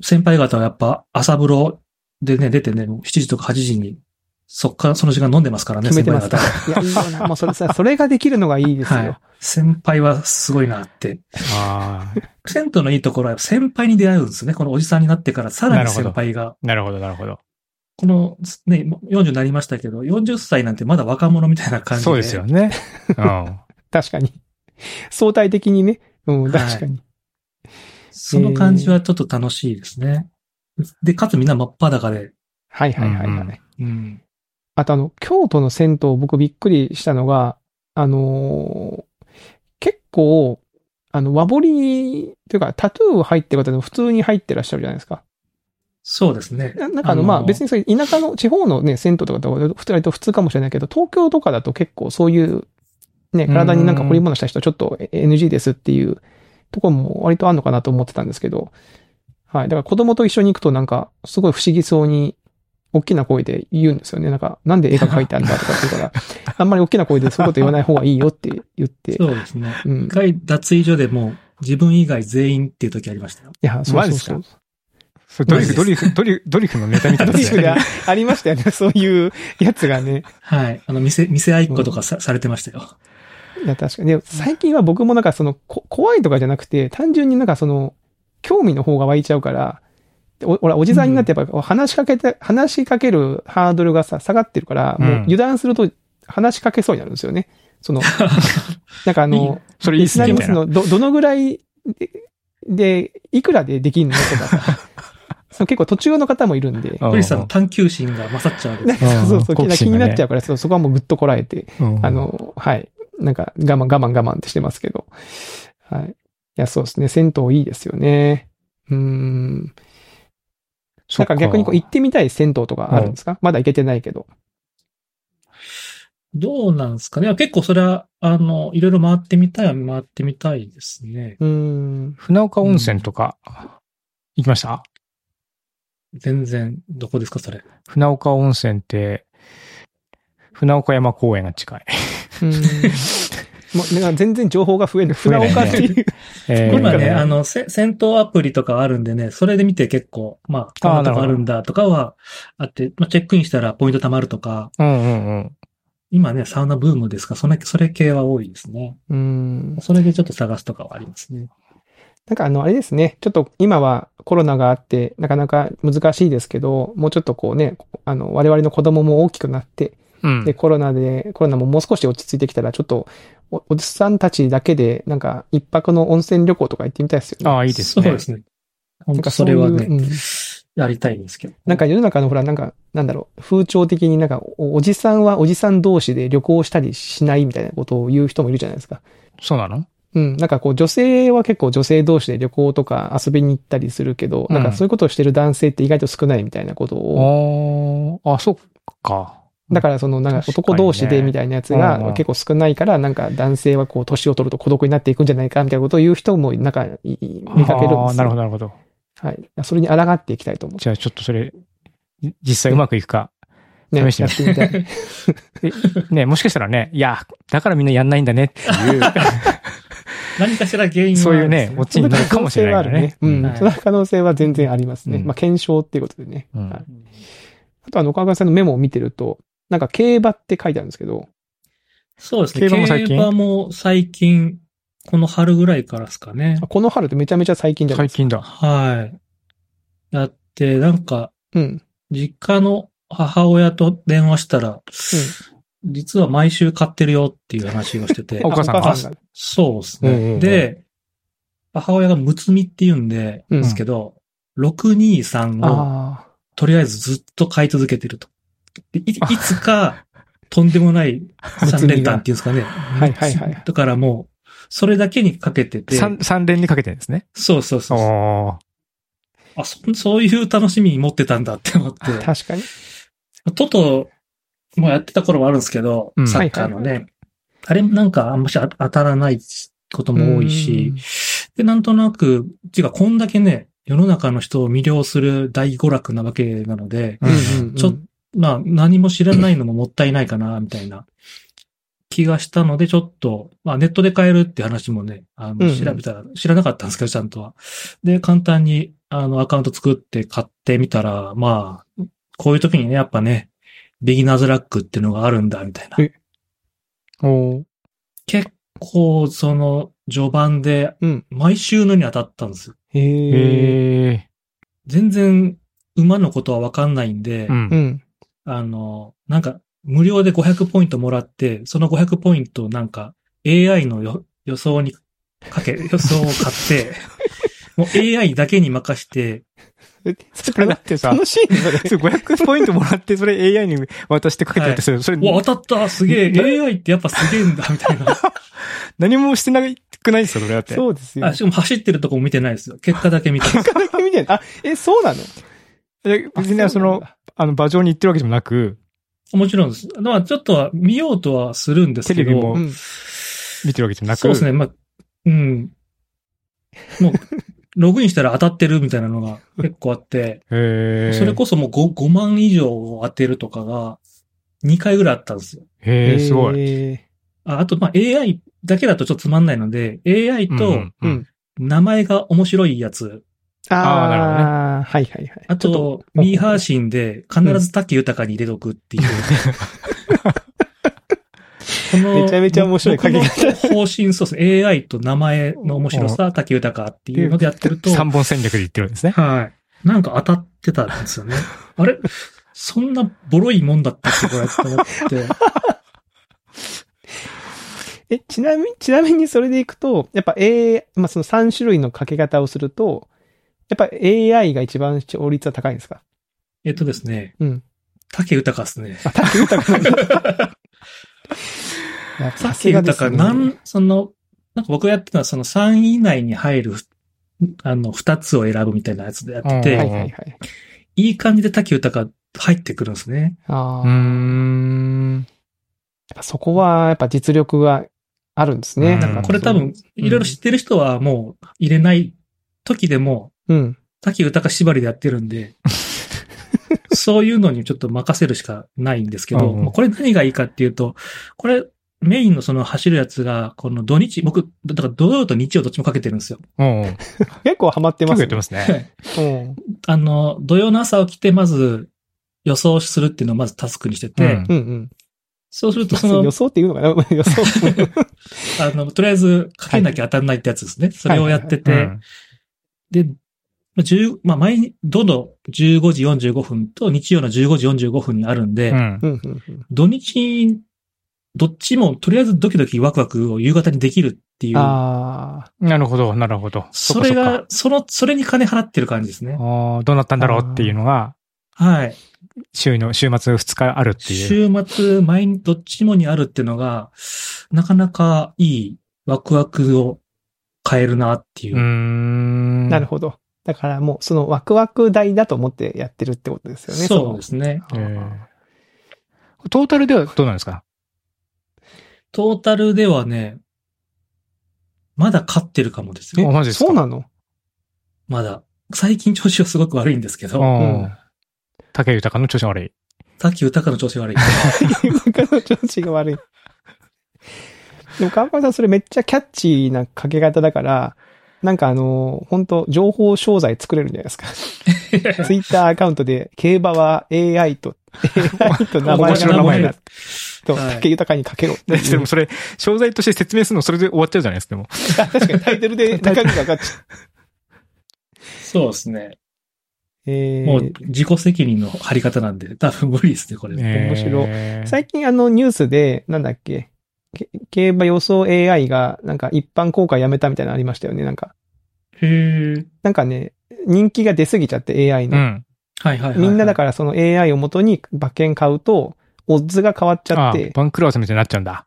[SPEAKER 3] 先輩方はやっぱ朝風呂でね、出てね、もう7時とか8時に、そっから、その時間飲んでますからね、
[SPEAKER 2] 決め
[SPEAKER 3] 先
[SPEAKER 2] て
[SPEAKER 3] 輩
[SPEAKER 2] ます
[SPEAKER 3] 方
[SPEAKER 2] か
[SPEAKER 3] は。
[SPEAKER 2] いや、いいよ [laughs] な。もうそれさ、それができるのがいいですよ。
[SPEAKER 3] はい。先輩はすごいなって。
[SPEAKER 1] あー。
[SPEAKER 3] 銭湯のいいところは先輩に出会うんですね。このおじさんになってからさら
[SPEAKER 1] な
[SPEAKER 3] に
[SPEAKER 1] るほど
[SPEAKER 3] 先輩が。
[SPEAKER 1] なるほど、なるほど。
[SPEAKER 3] この、ね、もう40になりましたけど、40歳なんてまだ若者みたいな感じで。
[SPEAKER 1] そうですよ。ね。うん。
[SPEAKER 2] 確かに。相対的にね。うん、
[SPEAKER 3] はい
[SPEAKER 2] 確かに。
[SPEAKER 3] その感じはちょっと楽しいですね。で、かつみんな真っ裸で。
[SPEAKER 2] はい、はい、はい、はい。
[SPEAKER 1] うん
[SPEAKER 3] うん。
[SPEAKER 2] あとあの、京都の銭湯、僕びっくりしたのが、あのー結構、あの、和彫り、というか、タトゥー入ってる方でも普通に入ってらっしゃるじゃないですか。
[SPEAKER 3] そうですね。
[SPEAKER 2] ななんかあの、
[SPEAKER 3] あのー
[SPEAKER 2] まあ、別にそれ、田舎の、地方のね、銭湯とかだと、普通割と普通かもしれないけど、東京とかだと結構そういう、ね、体になんか彫り物した人はちょっと NG ですっていうところも割とあるのかなと思ってたんですけど、はい。だから子供と一緒に行くとなんか、すごい不思議そうに、大きな声で言うんですよね。なんか、なんで絵が描いてあるんだとかって言う [laughs] から、あんまり大きな声でそういうこと言わない方がいいよって言って。
[SPEAKER 3] そうですね。
[SPEAKER 2] うん
[SPEAKER 3] 一。回脱衣所でもう自分以外全員っていう時ありましたよ。
[SPEAKER 2] いや、そうそうそう。
[SPEAKER 1] それドリフ、ド
[SPEAKER 3] マジ
[SPEAKER 1] リフ、ドリフ、ドリフのネタみたい
[SPEAKER 2] ド
[SPEAKER 1] で
[SPEAKER 2] リ
[SPEAKER 1] す
[SPEAKER 2] フが
[SPEAKER 1] ね。
[SPEAKER 2] ありましたよね。そういうやつがね。
[SPEAKER 3] はい。あの、店、店合いっ子とかさ,、されてましたよ。
[SPEAKER 2] いや、確かに。でも最近は僕もなんかその、こ怖いとかじゃなくて、単純になんかその、興味の方が湧いちゃうから、でお、ほら、おじさんになってやっぱ話しかけて、話しかけるハードルがさ、下がってるから、もう油断すると話しかけそうになるんですよね。その、
[SPEAKER 1] [laughs]
[SPEAKER 2] なんかあの、
[SPEAKER 1] それいいっす
[SPEAKER 2] な
[SPEAKER 1] ね、
[SPEAKER 2] り
[SPEAKER 1] み
[SPEAKER 2] ま
[SPEAKER 1] たい
[SPEAKER 2] す
[SPEAKER 1] な。
[SPEAKER 2] の、ど、どのぐらいで、でいくらでできんのと
[SPEAKER 1] [laughs]
[SPEAKER 2] かさその結構途中の方もいるんで、
[SPEAKER 3] クリスさんの探求心が勝っちゃうわけです。
[SPEAKER 1] ん
[SPEAKER 2] そうそう、
[SPEAKER 1] 好奇
[SPEAKER 2] 気
[SPEAKER 1] 心
[SPEAKER 2] に
[SPEAKER 1] がね
[SPEAKER 2] なっちゃうから、そうそこはもうぐっとこらえて、あ、の、はい。なんか、我慢我慢我慢ってしてますけど。はい。いや、そうですね。銭湯いいですよね。うーん。なんか逆にこう行ってみたい銭湯とかあるんですか、まだ行けてないけど。
[SPEAKER 3] どうなんですかねいや結構それは、あの、いろいろ回ってみたいは回ってみたいですね。
[SPEAKER 2] うーん。
[SPEAKER 1] 船岡温泉とか、行きました
[SPEAKER 3] 全然、どこですかそれ。
[SPEAKER 1] 船岡温泉って、船岡山公園が近い。
[SPEAKER 2] うん [laughs] もうね全然情報が増えない。船岡っていう。
[SPEAKER 1] えー
[SPEAKER 3] 今ね、あの、せ戦闘アプリとかあるんでね、それで見て結構、まあ、こんなとこあるんだとかはあって、まあ、チェックインしたらポイント貯まるとか、
[SPEAKER 1] うんうんうん。
[SPEAKER 3] 今ね、サウナブームですか、それ、それ系は多いですね。
[SPEAKER 2] うん。
[SPEAKER 3] それでちょっと探すとかはありますね。
[SPEAKER 2] なんかあの、あれですね。ちょっと今はコロナがあって、なかなか難しいですけど、もうちょっとこうね、あの、我々の子供も大きくなって、
[SPEAKER 1] うん
[SPEAKER 2] で、コロナで、コロナももう少し落ち着いてきたら、ちょっとお、おじさんたちだけで、なんか、一泊の温泉旅行とか行ってみたいですよね。
[SPEAKER 1] ああ、いいですね。
[SPEAKER 3] そうですね。本
[SPEAKER 2] なん
[SPEAKER 3] 当
[SPEAKER 2] か
[SPEAKER 3] そう
[SPEAKER 2] い
[SPEAKER 3] れ
[SPEAKER 2] う
[SPEAKER 3] はね、
[SPEAKER 2] うん
[SPEAKER 3] やりたいんですけど。
[SPEAKER 2] なんか世の中のほら、なんか、なんだろう、風潮的になんかお、おじさんはおじさん同士で旅行したりしないみたいなことを言う人もいるじゃないですか。
[SPEAKER 1] そうなの
[SPEAKER 2] うん。なんかこう、女性は結構女性同士で旅行とか遊びに行ったりするけど、
[SPEAKER 1] うん
[SPEAKER 2] なんかそういうことをしてる男性って意外と少ないみたいなことを、
[SPEAKER 1] ああ、あ、そっか。
[SPEAKER 2] だからその、なんか
[SPEAKER 1] 確かにね
[SPEAKER 2] 男同士でみたいなやつ
[SPEAKER 1] うんう
[SPEAKER 2] が
[SPEAKER 1] ん
[SPEAKER 2] 結構少ないから、なんか男性はこう、年を取ると孤独になっていくんじゃないかみたいなことを言う人も、なんか、いい見かける
[SPEAKER 1] あ
[SPEAKER 2] んで
[SPEAKER 1] あ
[SPEAKER 2] す
[SPEAKER 1] なるほど、
[SPEAKER 2] ど。
[SPEAKER 1] なるほど。
[SPEAKER 2] はい。それに抗っていきたいと思う。
[SPEAKER 1] じゃあちょっとそれ、じ実際うまくいくか。
[SPEAKER 2] ね、
[SPEAKER 1] 試してみ
[SPEAKER 2] やってみた
[SPEAKER 1] [laughs]
[SPEAKER 2] い。
[SPEAKER 1] ね、もしかしたらね、いや、だからみんなやんないんだねっていう、
[SPEAKER 3] 何かしら原因は
[SPEAKER 1] そういうね、オ
[SPEAKER 3] 落ち
[SPEAKER 1] チになるかもしれないからね。
[SPEAKER 2] う
[SPEAKER 1] うん
[SPEAKER 2] ん。その可能性は全然ありますね。
[SPEAKER 1] うん
[SPEAKER 2] まあ、検証っていうことでね。
[SPEAKER 1] うん
[SPEAKER 2] はいあと、あの、岡川さんのメモを見てると、なんか、競馬って書いてあるんですけど、
[SPEAKER 3] そうですね。
[SPEAKER 1] 競
[SPEAKER 3] 競
[SPEAKER 1] 馬
[SPEAKER 3] 馬
[SPEAKER 1] も
[SPEAKER 3] も
[SPEAKER 1] 最
[SPEAKER 3] 最
[SPEAKER 1] 近
[SPEAKER 3] 近この春ぐらいからですかね。
[SPEAKER 2] この春ってめちゃめちゃ最近じゃない
[SPEAKER 1] 最
[SPEAKER 2] ですか。
[SPEAKER 1] 近だ。
[SPEAKER 3] はい。だって、なんか、
[SPEAKER 2] うん。
[SPEAKER 3] 実家の母親と電話したら、実は毎週買ってるよっていう話をしてて
[SPEAKER 1] お、母さんが
[SPEAKER 2] [laughs] あお母さんが。
[SPEAKER 3] そうです
[SPEAKER 1] うんうんう
[SPEAKER 3] ね。
[SPEAKER 1] ん
[SPEAKER 3] で、母親がむつみって言うんで、
[SPEAKER 2] うん
[SPEAKER 3] ですけど、623を
[SPEAKER 2] あ
[SPEAKER 3] とりあえずずっと買い続けてると。でいいつか、とんでもない3連単っていうんですかね。
[SPEAKER 2] あ。はいはいはい。
[SPEAKER 3] だからもう、それだけにかけてて、
[SPEAKER 1] 三、三連にかけてるんですね。
[SPEAKER 3] そうそうそうそう
[SPEAKER 1] おー
[SPEAKER 3] あそ。 [laughs] そういう楽しみ持ってたんだって思って。
[SPEAKER 2] 確かに。
[SPEAKER 3] トトもやってた頃もあるんですけど、
[SPEAKER 1] うん
[SPEAKER 3] サッカーのね、あれもなんかあんまし当たらないことも多いし、で、なんとなく、ていうかこんだけね、世の中の人を魅了する大娯楽なわけなので、
[SPEAKER 2] うんうんうん。
[SPEAKER 3] ちょっとまあ何も知らないのももったいないかな、みたいな気がしたので、ちょっと、まあネットで買えるって話もね、あ
[SPEAKER 2] うんう
[SPEAKER 3] の、
[SPEAKER 2] ん
[SPEAKER 3] 調べたら、知らなかったんですけど、ちゃんとは。で、簡単に、あの、アカウント作って買ってみたら、まあ、こういう時にね、やっぱね、ビギナーズラックっていうのがあるんだ、みたいな
[SPEAKER 2] え。
[SPEAKER 1] おー
[SPEAKER 3] 結構、その、序盤で
[SPEAKER 2] うん、
[SPEAKER 3] 毎週のように当たったんですよ。
[SPEAKER 2] へえ。
[SPEAKER 1] へえ。
[SPEAKER 3] 全然、馬のことはわかんないんで、
[SPEAKER 1] うん
[SPEAKER 2] う。ん。
[SPEAKER 3] あの、なんか、無料で500ポイントもらって、その500ポイントをなんか、AI のよ予想にか
[SPEAKER 1] [laughs]
[SPEAKER 3] け、予想を買って、もう AI だけに任して、
[SPEAKER 1] それだってさ、
[SPEAKER 2] 楽しいね、それ。
[SPEAKER 1] それ500ポイントもらって、それ AI に渡してかけてるって、それ、それ
[SPEAKER 3] うわ、当たったすげえ !AI ってやっぱすげえんだみたい
[SPEAKER 1] [laughs]
[SPEAKER 3] な。
[SPEAKER 1] 何もしてなくないですか、それだって。
[SPEAKER 2] そうですよ
[SPEAKER 3] あ、。しかも走ってるとこも見てないですよ。結果だけ見
[SPEAKER 1] [laughs]
[SPEAKER 3] てます。
[SPEAKER 2] なかなか見ない。あ、え、そうなの
[SPEAKER 1] え別に
[SPEAKER 2] あ
[SPEAKER 1] その、あの、馬上に行ってるわけでもなく、
[SPEAKER 3] もちろんです。まあ、ちょっとは見ようとはするんですけど。
[SPEAKER 1] テレビも
[SPEAKER 2] うなんだ
[SPEAKER 1] 見てるわけじゃなく。
[SPEAKER 3] そうですね。まあ、うん。も
[SPEAKER 1] [laughs]
[SPEAKER 3] う、ログインしたら当たってるみたいなのが結構あって。
[SPEAKER 1] へえ。
[SPEAKER 3] それこそもう 5, 5万以上を当てるとかが2回ぐらいあったんですよ。
[SPEAKER 2] うん。
[SPEAKER 1] へえ、すごい。
[SPEAKER 2] い。
[SPEAKER 3] ああと、まあ、AI だけだとちょっとつまんないので、AI
[SPEAKER 1] う
[SPEAKER 3] と
[SPEAKER 1] ん
[SPEAKER 2] う
[SPEAKER 1] うんん。
[SPEAKER 3] 名前が面白いやつ、
[SPEAKER 1] あーなるほどね
[SPEAKER 2] ああ、はいはいはい。
[SPEAKER 3] あ
[SPEAKER 2] ちょっ
[SPEAKER 3] と、ミーハーシンで必ず竹豊に入れとくっていう。この
[SPEAKER 2] めちゃめちゃ面白い
[SPEAKER 3] 僕
[SPEAKER 2] 鍵
[SPEAKER 3] の
[SPEAKER 2] が
[SPEAKER 3] 方針そうですね。AI と名前の面白さ、竹豊っていうのでやってると、
[SPEAKER 1] 三本戦略で言ってるんですね。
[SPEAKER 3] はい。なんか当たってたんですよね。あれそんなボロいもんだったっけこれって思って。
[SPEAKER 2] え、ちなみに、ちなみにそれでいくと、やっぱ A、まあ、その3種類のかけ方をすると、やっぱ AI が一番視聴率は高いんですか
[SPEAKER 3] えっとですね。
[SPEAKER 2] うん。
[SPEAKER 3] 竹豊ですね。
[SPEAKER 2] あ、竹豊かなんだ。いやさ
[SPEAKER 3] 竹
[SPEAKER 2] すがで
[SPEAKER 3] 豊
[SPEAKER 2] す
[SPEAKER 3] か、
[SPEAKER 2] ね
[SPEAKER 3] なん、その、なんか僕がやってたのはその3位以内に入る、あの、2つを選ぶみたいなやつでやって
[SPEAKER 1] う
[SPEAKER 3] て、
[SPEAKER 1] ん
[SPEAKER 2] はいはいはい。
[SPEAKER 3] いい感じで竹豊入ってくるんですね。
[SPEAKER 2] あ
[SPEAKER 1] う
[SPEAKER 2] あ、
[SPEAKER 1] ー
[SPEAKER 2] やっ
[SPEAKER 1] ん。
[SPEAKER 2] ぱそこは、やっぱ実力があるんですね。
[SPEAKER 1] うん
[SPEAKER 2] なんか
[SPEAKER 3] これ多分、いろいろ知ってる人はもう入れない時でも、
[SPEAKER 2] うん。
[SPEAKER 3] 竹豊縛りでやってる
[SPEAKER 1] [laughs]
[SPEAKER 3] んで、そういうのにちょっと任せるしかないんですけど、
[SPEAKER 1] うんうん
[SPEAKER 3] まあこれ何がいいかっていうと、これ、メインのその走るやつが、この土日、僕、だから土曜と日曜どっちもかけてるんですよ。
[SPEAKER 1] うん。結
[SPEAKER 2] 結構ハマって
[SPEAKER 1] 構
[SPEAKER 2] ます
[SPEAKER 1] や
[SPEAKER 2] ね。
[SPEAKER 1] ってますね。
[SPEAKER 2] うん
[SPEAKER 3] あの、土曜の朝起きて、まず予想するっていうのをまずタスクにしてて、
[SPEAKER 1] うん
[SPEAKER 2] うんうん。
[SPEAKER 3] そうするとその
[SPEAKER 2] 予、想っていうのかな [laughs] 予想。
[SPEAKER 3] あの、とりあえずかけなきゃ当たんないってやつですね。それをやってて、
[SPEAKER 1] うん
[SPEAKER 3] で、まあ、10まあ、毎日、どの15時45分と日曜の15時45分にあるんで、
[SPEAKER 1] うん
[SPEAKER 2] う。んうんうん
[SPEAKER 3] 土日、どっちもとりあえずドキドキワクワクを夕方にできるっていう、
[SPEAKER 2] ああ。
[SPEAKER 1] なるほど、なるほど。
[SPEAKER 3] そ
[SPEAKER 1] っかっ
[SPEAKER 3] れ
[SPEAKER 1] か
[SPEAKER 3] が、その、それに金払ってる感じですね。
[SPEAKER 1] ああ、どうなったんだろうっていうのが、
[SPEAKER 3] はい。
[SPEAKER 1] 週の、週末2日あるっていう。
[SPEAKER 3] 週末、毎日どっちもにあるっていうのが、なかなかいいワクワクを変えるなっていう
[SPEAKER 1] うー。ん。
[SPEAKER 2] なるほど。だからもうそのワクワク代だと思ってやってるってことですよね。。
[SPEAKER 3] そうですすね。
[SPEAKER 1] えートータルではどうなんですか
[SPEAKER 3] トータルではね、まだ勝ってるかもです
[SPEAKER 1] え
[SPEAKER 3] よ。
[SPEAKER 1] あマジですか
[SPEAKER 2] そうなの [laughs]
[SPEAKER 3] まだ。最近調子はすごく悪いんですけど、
[SPEAKER 1] う。
[SPEAKER 2] うん
[SPEAKER 1] 竹豊の調子が悪い。
[SPEAKER 3] さっき歌の調子が悪い。
[SPEAKER 2] 僕の調子が悪い。でも川上さんそれめっちゃキャッチーなかけ方だから、なんかあの、本当情報商材作れるんじゃないですか。ツイッターアカウントで、競馬は AI と、AI と名前
[SPEAKER 1] 面白い名前
[SPEAKER 2] だ。
[SPEAKER 1] [laughs]
[SPEAKER 2] と、
[SPEAKER 3] はい
[SPEAKER 2] 竹豊にかけろ。
[SPEAKER 1] [laughs] でもそれ、商材として説明するのそれで終わっちゃうじゃないですか、でも。
[SPEAKER 2] 確かにタイトルで高くかかっちゃう。
[SPEAKER 3] そうですね。
[SPEAKER 2] えー
[SPEAKER 3] もう自己責任の張り方なんで、多分無理ですね、これ。
[SPEAKER 2] 面白い
[SPEAKER 1] えー
[SPEAKER 2] 最近あのニュースで、なんだっけ、け競馬予想 AI がなんか一般公開やめたみたいなのありましたよね、なんか。
[SPEAKER 3] へえ。
[SPEAKER 2] なんかね、人気が出すぎちゃって AI
[SPEAKER 1] う
[SPEAKER 2] の。
[SPEAKER 1] ん。
[SPEAKER 3] はいはいはい、
[SPEAKER 2] みんなだ
[SPEAKER 3] ら。
[SPEAKER 2] からその AI をもとに馬券買うと、オッズが変わっちゃ
[SPEAKER 1] あ
[SPEAKER 2] っ
[SPEAKER 1] ー
[SPEAKER 2] て、
[SPEAKER 1] 番狂わせみたいになっちゃうんだ。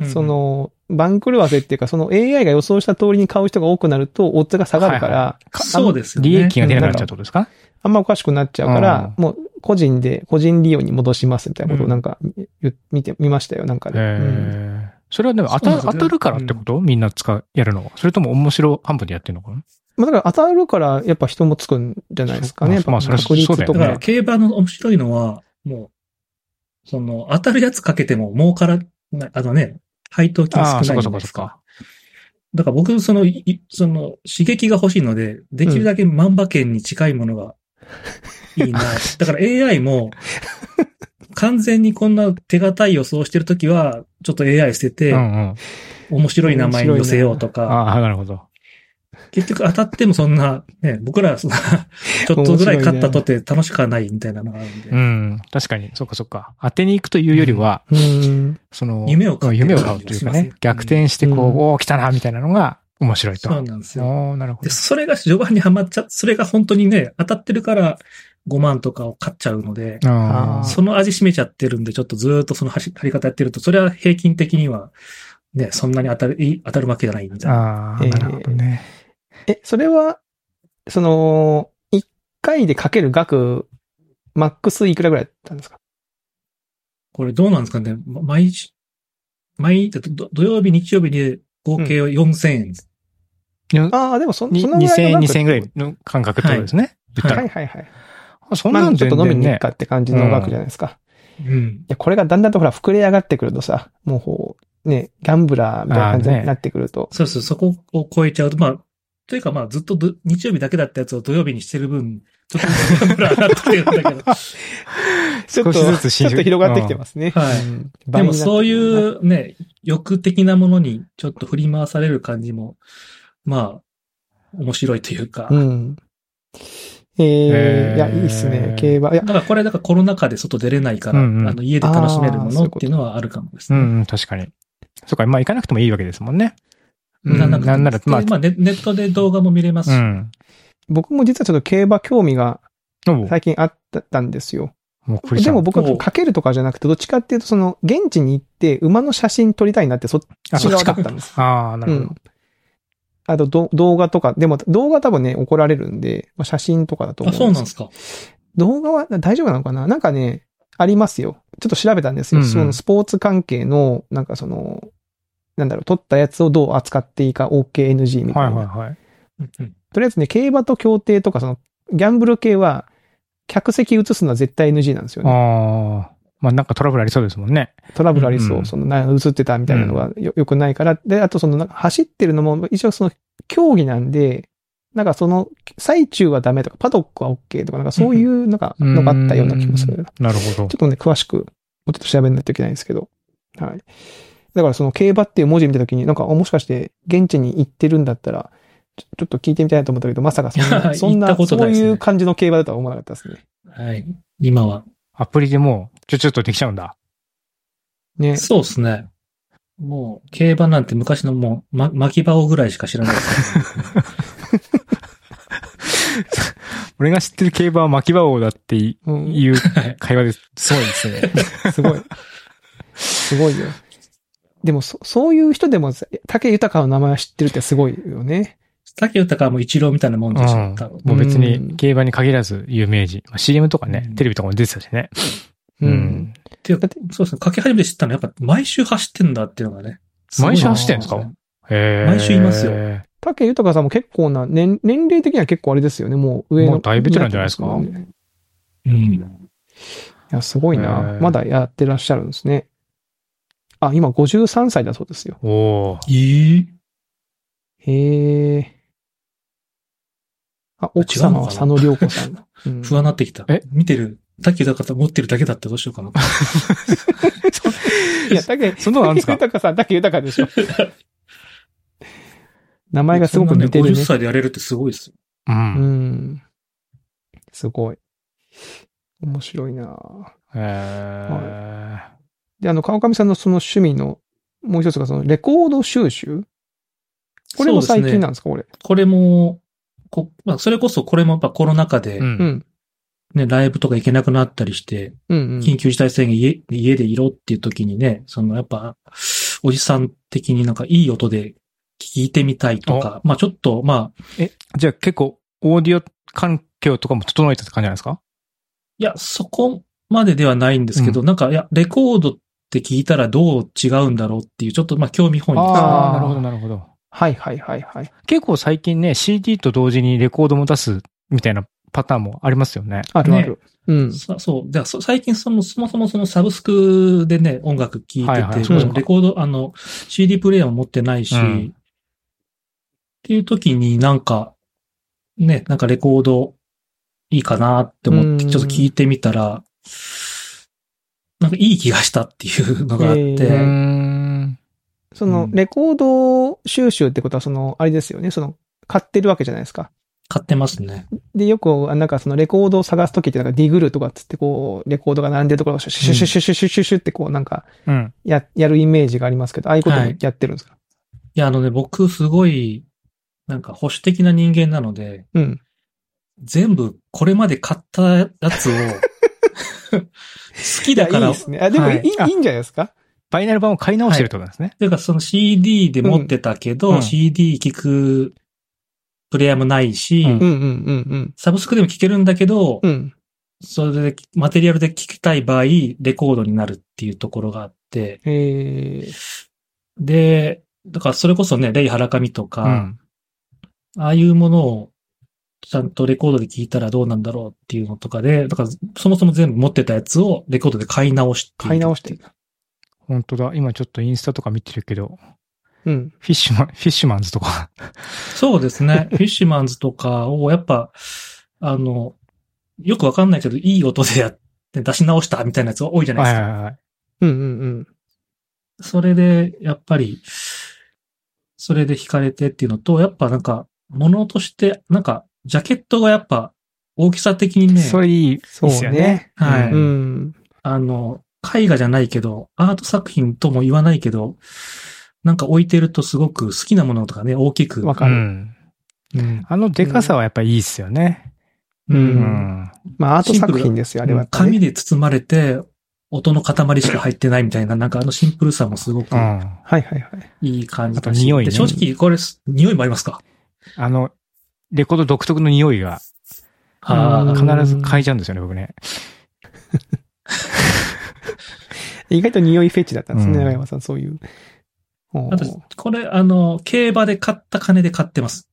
[SPEAKER 3] うん
[SPEAKER 2] そ、の、番狂わせっていうか、その AI が予想した通りに買う人が多くなると、オッズが下がるから、
[SPEAKER 1] はい
[SPEAKER 3] そうですよね。
[SPEAKER 1] 利益が出なくなっちゃうってことですか
[SPEAKER 2] あんまおかしくなっちゃうから、もう個人で、個人利用に戻しますみたいなことをなんか、言見て、見ましたよ、なんか
[SPEAKER 1] え
[SPEAKER 2] で。うん
[SPEAKER 1] ーそれはでも当
[SPEAKER 3] そう
[SPEAKER 1] た
[SPEAKER 3] なんですよ
[SPEAKER 1] 当たるからってことみんな使う、やるのは。それとも面白半分でやってるのかな
[SPEAKER 2] まあだから当たるから、やっぱ人もつくんじゃないですかね。やっぱ
[SPEAKER 1] まあそれは
[SPEAKER 2] 確率
[SPEAKER 1] そうだよ
[SPEAKER 2] と
[SPEAKER 3] だ
[SPEAKER 1] ね
[SPEAKER 3] か
[SPEAKER 2] か。
[SPEAKER 3] ら競馬の面白いのは、もう、その、当たるやつかけても儲からない、あのね、配当金
[SPEAKER 1] あ
[SPEAKER 3] 少
[SPEAKER 1] あ、
[SPEAKER 3] ないじ
[SPEAKER 1] そ
[SPEAKER 3] ゃ
[SPEAKER 1] っ
[SPEAKER 3] な
[SPEAKER 1] かそっか
[SPEAKER 3] いで
[SPEAKER 1] そっ
[SPEAKER 3] すか。
[SPEAKER 1] か。
[SPEAKER 3] だから僕、その、いいその、刺激が欲しいので、できるだけ万馬券に近いも
[SPEAKER 1] [laughs]
[SPEAKER 3] のがいいな。だから AI も、完全にこんな手堅い予想をしてるときは、ちょっと AI 捨て
[SPEAKER 1] う
[SPEAKER 3] て、
[SPEAKER 1] んうん。
[SPEAKER 3] 面白い名前に寄せようとか、
[SPEAKER 1] ああ、なるほど。
[SPEAKER 3] 結局当たってもそんな、ね、僕らはそんな、ちょっとぐらい勝ったとて楽しくはないみたいなのがあるんで
[SPEAKER 1] う。ん。確かに、そっかそっか。当てに行くというよりは、
[SPEAKER 2] うん。
[SPEAKER 1] その、
[SPEAKER 3] 夢を買ってる
[SPEAKER 1] 夢を買うというか
[SPEAKER 3] 感じがし
[SPEAKER 1] ね
[SPEAKER 3] ます、
[SPEAKER 1] 逆転してこう、
[SPEAKER 2] うん
[SPEAKER 1] おおー、来たな、みたいなのが面白いと。
[SPEAKER 3] そうなんですよ。
[SPEAKER 1] おーなるほ
[SPEAKER 3] で、
[SPEAKER 1] ど。
[SPEAKER 3] それが序盤にはまっちゃ、それが本当にね、当たってるから5万とかを買っちゃうので、
[SPEAKER 1] あー
[SPEAKER 2] ー
[SPEAKER 3] その味しめちゃってるんで、ちょっとずーっとその張り張り方やってると、それは平均的には、ね、そんなに当たる、い当たるわけじゃないみたいな。
[SPEAKER 1] あー、なるほどね。
[SPEAKER 2] え、それは、その、一回でかける額、マックスいくらぐらいだったんですか
[SPEAKER 3] これどうなんですかねま毎日、毎日、ど土曜日、日曜日で合計4000円です。
[SPEAKER 2] ああ、でもそ、そ
[SPEAKER 1] に
[SPEAKER 2] のぐらい
[SPEAKER 1] 2000円、
[SPEAKER 2] の額
[SPEAKER 1] 2000円ぐらいの感覚ってことですね。言ったら
[SPEAKER 2] は
[SPEAKER 3] は
[SPEAKER 2] い。はいはい。
[SPEAKER 1] あそん
[SPEAKER 2] ま
[SPEAKER 1] な
[SPEAKER 2] あ
[SPEAKER 1] ん
[SPEAKER 2] ちょっ
[SPEAKER 1] 全
[SPEAKER 2] と飲み
[SPEAKER 1] 然
[SPEAKER 2] に行く
[SPEAKER 1] ね
[SPEAKER 2] か。って感じの額じゃないですか。
[SPEAKER 3] うん
[SPEAKER 2] い。や、これがだんだんとほら、膨れ上がってくるとさ、もうこう、ね、ギャンブラーみたいな感じ
[SPEAKER 1] あー
[SPEAKER 2] に
[SPEAKER 1] ね
[SPEAKER 2] なってくると。
[SPEAKER 3] そうそう、そこを超えちゃうと、まあ、というかまあ、ずっとど日曜日だけだったやつを土曜日にしてる分、ちょっと [laughs] ギャンブラーになってるんだけど。
[SPEAKER 2] [laughs] ちょ
[SPEAKER 1] 少
[SPEAKER 2] っと、
[SPEAKER 1] しずつ
[SPEAKER 2] ち
[SPEAKER 1] 進
[SPEAKER 2] ょっ
[SPEAKER 1] 捗
[SPEAKER 2] と広がってきてますね。
[SPEAKER 3] はい
[SPEAKER 2] うん
[SPEAKER 3] でもそう
[SPEAKER 2] う、
[SPEAKER 3] いうね、欲的なものにちょっと振り回される感じも、まあ、面白いというか。
[SPEAKER 2] うん。え
[SPEAKER 1] へ
[SPEAKER 2] ー、
[SPEAKER 1] ー
[SPEAKER 2] いや、いいっすね。競馬。いや
[SPEAKER 3] だ、からこれ、だからコロナ禍で外出れないから、
[SPEAKER 1] うんうん
[SPEAKER 3] あの家で楽しめるも
[SPEAKER 2] あーそうい
[SPEAKER 3] のっ
[SPEAKER 2] うこと
[SPEAKER 3] ていうのはあるかもです
[SPEAKER 1] う
[SPEAKER 3] ね。
[SPEAKER 1] ん、うん確かに。そっか、まあ行かなくてもいいわけですもんね。
[SPEAKER 2] うん
[SPEAKER 3] なんなら、
[SPEAKER 1] なんなら
[SPEAKER 3] ま
[SPEAKER 1] ま
[SPEAKER 3] あ、
[SPEAKER 1] あ
[SPEAKER 3] ネネットで動画も見れますし、
[SPEAKER 1] うん。
[SPEAKER 2] 僕も実はちょっと競馬興味が
[SPEAKER 1] おう
[SPEAKER 2] 最近あったんですよ。
[SPEAKER 1] もうクリス
[SPEAKER 2] で
[SPEAKER 1] さん
[SPEAKER 2] も僕
[SPEAKER 3] お
[SPEAKER 2] はかけるとかじゃなくて、どっちかっていうと、その、現地に行って馬の写真撮りたいなって、そっ
[SPEAKER 1] あ
[SPEAKER 2] ち
[SPEAKER 1] そっ
[SPEAKER 2] 側
[SPEAKER 1] ち
[SPEAKER 2] だ
[SPEAKER 1] か
[SPEAKER 2] ったんです。
[SPEAKER 1] ああ、な
[SPEAKER 2] う
[SPEAKER 1] るほど
[SPEAKER 2] ん。。あとど、動画とか、でも動画多分ね、怒られるんで、まあ写真とかだと
[SPEAKER 3] あ、
[SPEAKER 2] 思うんです
[SPEAKER 3] そうなんですか。
[SPEAKER 2] 動画は大丈夫なのかななんかね、ありますよ。ちょっと調べたんですよ。
[SPEAKER 1] うんうん
[SPEAKER 2] そのスポーツ関係の、なんかその、なんだろう、撮ったやつをどう扱っていいか OKNG みたいな。
[SPEAKER 1] はいはいはい。
[SPEAKER 3] うんうん
[SPEAKER 2] とりあえずね、競馬と競艇とか、その、ギャンブル系は、客席映すのは絶対 NG なんですよね。
[SPEAKER 1] ああ、まあなんかトラブルありそうですもんね。
[SPEAKER 2] トラブルありそうう。
[SPEAKER 3] ん
[SPEAKER 2] その、な映ってたみたいなのがよ良くないから。で、あとその、なんか走ってるのも、一応その、競技なんで、なんかその、最中はダメとか、パドックは OK とか、なんかそういうのが、のがあったような気もするな。
[SPEAKER 1] なるほど
[SPEAKER 2] ちょ。っとね、詳しく、もうちょっと調べないといけないんですけど。はい。だからその競馬っていう文字見たときに、なんか、あもしかして現地に行ってるんだったら、ちょちょっと聞いてみたいなと思ったけど、まさかそ
[SPEAKER 1] [laughs]
[SPEAKER 2] ん
[SPEAKER 3] 行っ
[SPEAKER 2] な、
[SPEAKER 3] た
[SPEAKER 2] そんな、
[SPEAKER 3] こと
[SPEAKER 2] そ
[SPEAKER 3] な
[SPEAKER 2] う
[SPEAKER 3] いですね
[SPEAKER 2] いう感じの競馬だとは思わなかったですね。
[SPEAKER 3] はい。今は。
[SPEAKER 1] アプリでもう、ちょ、ちょっとできちゃうんだ。
[SPEAKER 2] ね。
[SPEAKER 3] そうですね。もう、競馬なんて昔のもう、ま、巻き場をぐらいしか知らない
[SPEAKER 1] [laughs]
[SPEAKER 3] です、
[SPEAKER 1] 俺が知ってる競馬は巻き場王だってい
[SPEAKER 2] うん、
[SPEAKER 1] いう会話
[SPEAKER 2] [laughs]
[SPEAKER 1] です。すごいですね。
[SPEAKER 2] すごい。すごいよ。でもそ、そういう人でも、竹豊の名前を知ってるってすごいよね。
[SPEAKER 3] 竹豊はもう一郎みたいなもんです
[SPEAKER 1] う
[SPEAKER 3] よ
[SPEAKER 1] ん、
[SPEAKER 3] 多分。
[SPEAKER 1] もう別
[SPEAKER 2] うん
[SPEAKER 1] に競馬に限らず有名人。まあ CM とかね
[SPEAKER 3] う、ん
[SPEAKER 1] テレビとかも出てたしね。
[SPEAKER 2] う。
[SPEAKER 1] うんん。
[SPEAKER 3] っていう
[SPEAKER 2] だ
[SPEAKER 3] か
[SPEAKER 2] って、
[SPEAKER 3] そうですね。書き始めて知ったのはやっぱ毎週走ってんだっていうのがね。
[SPEAKER 1] 毎週
[SPEAKER 3] すごい
[SPEAKER 1] 走ってんですか
[SPEAKER 3] ね
[SPEAKER 1] へー
[SPEAKER 3] 毎週いますよ
[SPEAKER 2] 竹豊さんも結構な、年、年齢的には結構あれですよね。もう上の。
[SPEAKER 1] もう大ベテランじゃないですか
[SPEAKER 2] い
[SPEAKER 3] うん。
[SPEAKER 2] や、すごいな
[SPEAKER 1] へ。ー
[SPEAKER 2] まだやってらっしゃるんですね。あ、今53歳だそうですよ。
[SPEAKER 1] おー
[SPEAKER 3] ええ
[SPEAKER 2] へえ。あ、奥様は佐野良子さん。うん
[SPEAKER 3] 不安になってきた。
[SPEAKER 1] え
[SPEAKER 3] 見てる。竹豊さん持ってるだけだってどうしようかな。
[SPEAKER 2] いや、竹、
[SPEAKER 1] そんなのあるんです
[SPEAKER 2] 竹
[SPEAKER 1] か
[SPEAKER 2] 豊さん、竹豊でしょ。名前がすごく似てる
[SPEAKER 3] そんな
[SPEAKER 2] ね
[SPEAKER 3] 50。歳でやれるってすごいですよ。
[SPEAKER 1] う。
[SPEAKER 2] うんん。すごい。面白いな
[SPEAKER 1] へー
[SPEAKER 2] で、あの、川上さんのその趣味の、もう一つがそのレコード収集これも最近なんですか、これ。
[SPEAKER 3] これも、こまあ、それこそこれもやっぱコロナ禍で、
[SPEAKER 1] う。
[SPEAKER 3] ね、
[SPEAKER 2] うんん。
[SPEAKER 3] ライブとか行けなくなったりして、
[SPEAKER 2] うんうん
[SPEAKER 3] 緊。急事態宣言家家でいろっていう時にね、そのやっぱ、おじさん的になんかいい音で聞いてみたいとか、まあちょっと、まあ、
[SPEAKER 1] え、じゃあ結構、オーディオ環境とかも整えたって感じなんですか
[SPEAKER 3] いや、そこまでではないんですけど、なんか、いや、レコードって聞いたらどう違うんだろうっていう、ちょっとまあ興味本位です。
[SPEAKER 1] ーな
[SPEAKER 2] あー
[SPEAKER 1] るほど、なるほど。
[SPEAKER 2] はいはいはいはい。
[SPEAKER 1] 結構最近ね、CD と同時にレコードも出すみたいなパターンもありますよね。
[SPEAKER 2] あるある。うん。
[SPEAKER 3] さそう。で、そ最近その、そもそもそのサブスクでね、音楽聴いてて、
[SPEAKER 1] はいはい
[SPEAKER 2] そうか
[SPEAKER 3] そのレコード、あの、CD プレイヤーも持ってないし、
[SPEAKER 1] うん
[SPEAKER 3] っていう時になんか、ね、なんかレコードいいかなって思って、
[SPEAKER 2] うん
[SPEAKER 3] ちょっと聞いてみたら、なんかいい気がしたっていうのがあって、
[SPEAKER 2] えー
[SPEAKER 1] ん。
[SPEAKER 2] その
[SPEAKER 3] う、ん
[SPEAKER 2] レコード収集ってことは、その、あれですよね。その、買ってるわけじゃないですか。
[SPEAKER 3] 買ってますね。
[SPEAKER 2] で、よく、あなんかそのレコードを探すときって、なんかディグルとかっつって、こう、レコードが並んでるところをシュシュシュシュシュシュシュシュって、こう、なんか、
[SPEAKER 1] うん。
[SPEAKER 2] や、やるイメージがありますけど、ああいうことも
[SPEAKER 3] はい
[SPEAKER 2] やってるんですか、
[SPEAKER 3] いや、あのね、僕すごい、なんか保守的な人間なので、
[SPEAKER 2] うん。
[SPEAKER 3] 全部これまで買ったやつを、
[SPEAKER 1] [laughs]
[SPEAKER 3] 好きだか
[SPEAKER 2] いやい
[SPEAKER 3] ら、
[SPEAKER 2] いですね。あ、でも、
[SPEAKER 1] はい
[SPEAKER 2] い、いい
[SPEAKER 1] あ
[SPEAKER 2] いいんじゃないですか
[SPEAKER 1] バイナル版を買い直してるってことなんですね。
[SPEAKER 3] というかその CD で持ってたけど、
[SPEAKER 1] うん
[SPEAKER 3] CD 聞くプレイヤーもないし、
[SPEAKER 1] うん
[SPEAKER 2] うんうんうん
[SPEAKER 3] サブスクでも聞けるんだけど、
[SPEAKER 2] うん。うん。
[SPEAKER 3] それでマテリアルで聞きたい場合、レコードになるっていうところがあって、
[SPEAKER 2] ええ
[SPEAKER 3] で、だからそれこそね、レイ・ハラカミと
[SPEAKER 1] う
[SPEAKER 3] か、
[SPEAKER 1] ん。
[SPEAKER 3] ああいうものを、ちゃんとレコードで聞いたらどうなんだろうっていうのとかで、だからそもそも全部持ってたやつをレコードで買い直している
[SPEAKER 2] 買い直していく。
[SPEAKER 1] 本当だ。今ちょっとインスタとか見てるけど、
[SPEAKER 2] うん。
[SPEAKER 1] フィッシュマン、フィッシュマンズとか。
[SPEAKER 3] そうですね。フィッシュマンズとかを、やっぱ、あの、よくわかんないけど、いい音でやって出し直したみたいなやつが多いじゃない
[SPEAKER 1] は
[SPEAKER 3] です
[SPEAKER 1] い
[SPEAKER 3] か。
[SPEAKER 1] はいはい。
[SPEAKER 2] うんうんうん。
[SPEAKER 3] それで、やっぱり、それで惹かれてっていうのと、やっぱなんか、物として、なんか、ジャケットがやっぱ、大きさ的にね、
[SPEAKER 1] [laughs] それいい。
[SPEAKER 2] そう
[SPEAKER 1] いいっすよ
[SPEAKER 2] ね
[SPEAKER 1] ね。
[SPEAKER 3] はい
[SPEAKER 2] うん。
[SPEAKER 3] あの、絵画じゃないけど、アート作品とも言わないけど、なんか置いてるとすごく好きなものとかね、大きく。
[SPEAKER 2] わ
[SPEAKER 1] う
[SPEAKER 2] かる。
[SPEAKER 1] ん。
[SPEAKER 3] うん
[SPEAKER 1] あのデカさはやっぱいいっすよね。
[SPEAKER 3] う
[SPEAKER 1] うんん。
[SPEAKER 2] まあ、アート作品ですよ、あれはやっぱね、
[SPEAKER 3] 紙で包まれて、音の塊しか入ってないみたいな、なんかあのシンプルさもすごく
[SPEAKER 1] うん。
[SPEAKER 2] はいはいはい。
[SPEAKER 3] いい感じだ
[SPEAKER 1] あ
[SPEAKER 3] し。
[SPEAKER 1] と匂いね
[SPEAKER 3] で正直、これ、匂いもありますか
[SPEAKER 1] あの、レコード独特の匂いが
[SPEAKER 2] あ
[SPEAKER 3] あ
[SPEAKER 2] ー
[SPEAKER 1] 必ず嗅いじゃうんですよね、僕ね。
[SPEAKER 2] 意外と匂いフェチだったんですね、
[SPEAKER 1] うん
[SPEAKER 2] 長山さん、そういう。お
[SPEAKER 3] あと
[SPEAKER 2] ー、
[SPEAKER 3] これ、あの、競馬で買った金で買ってます。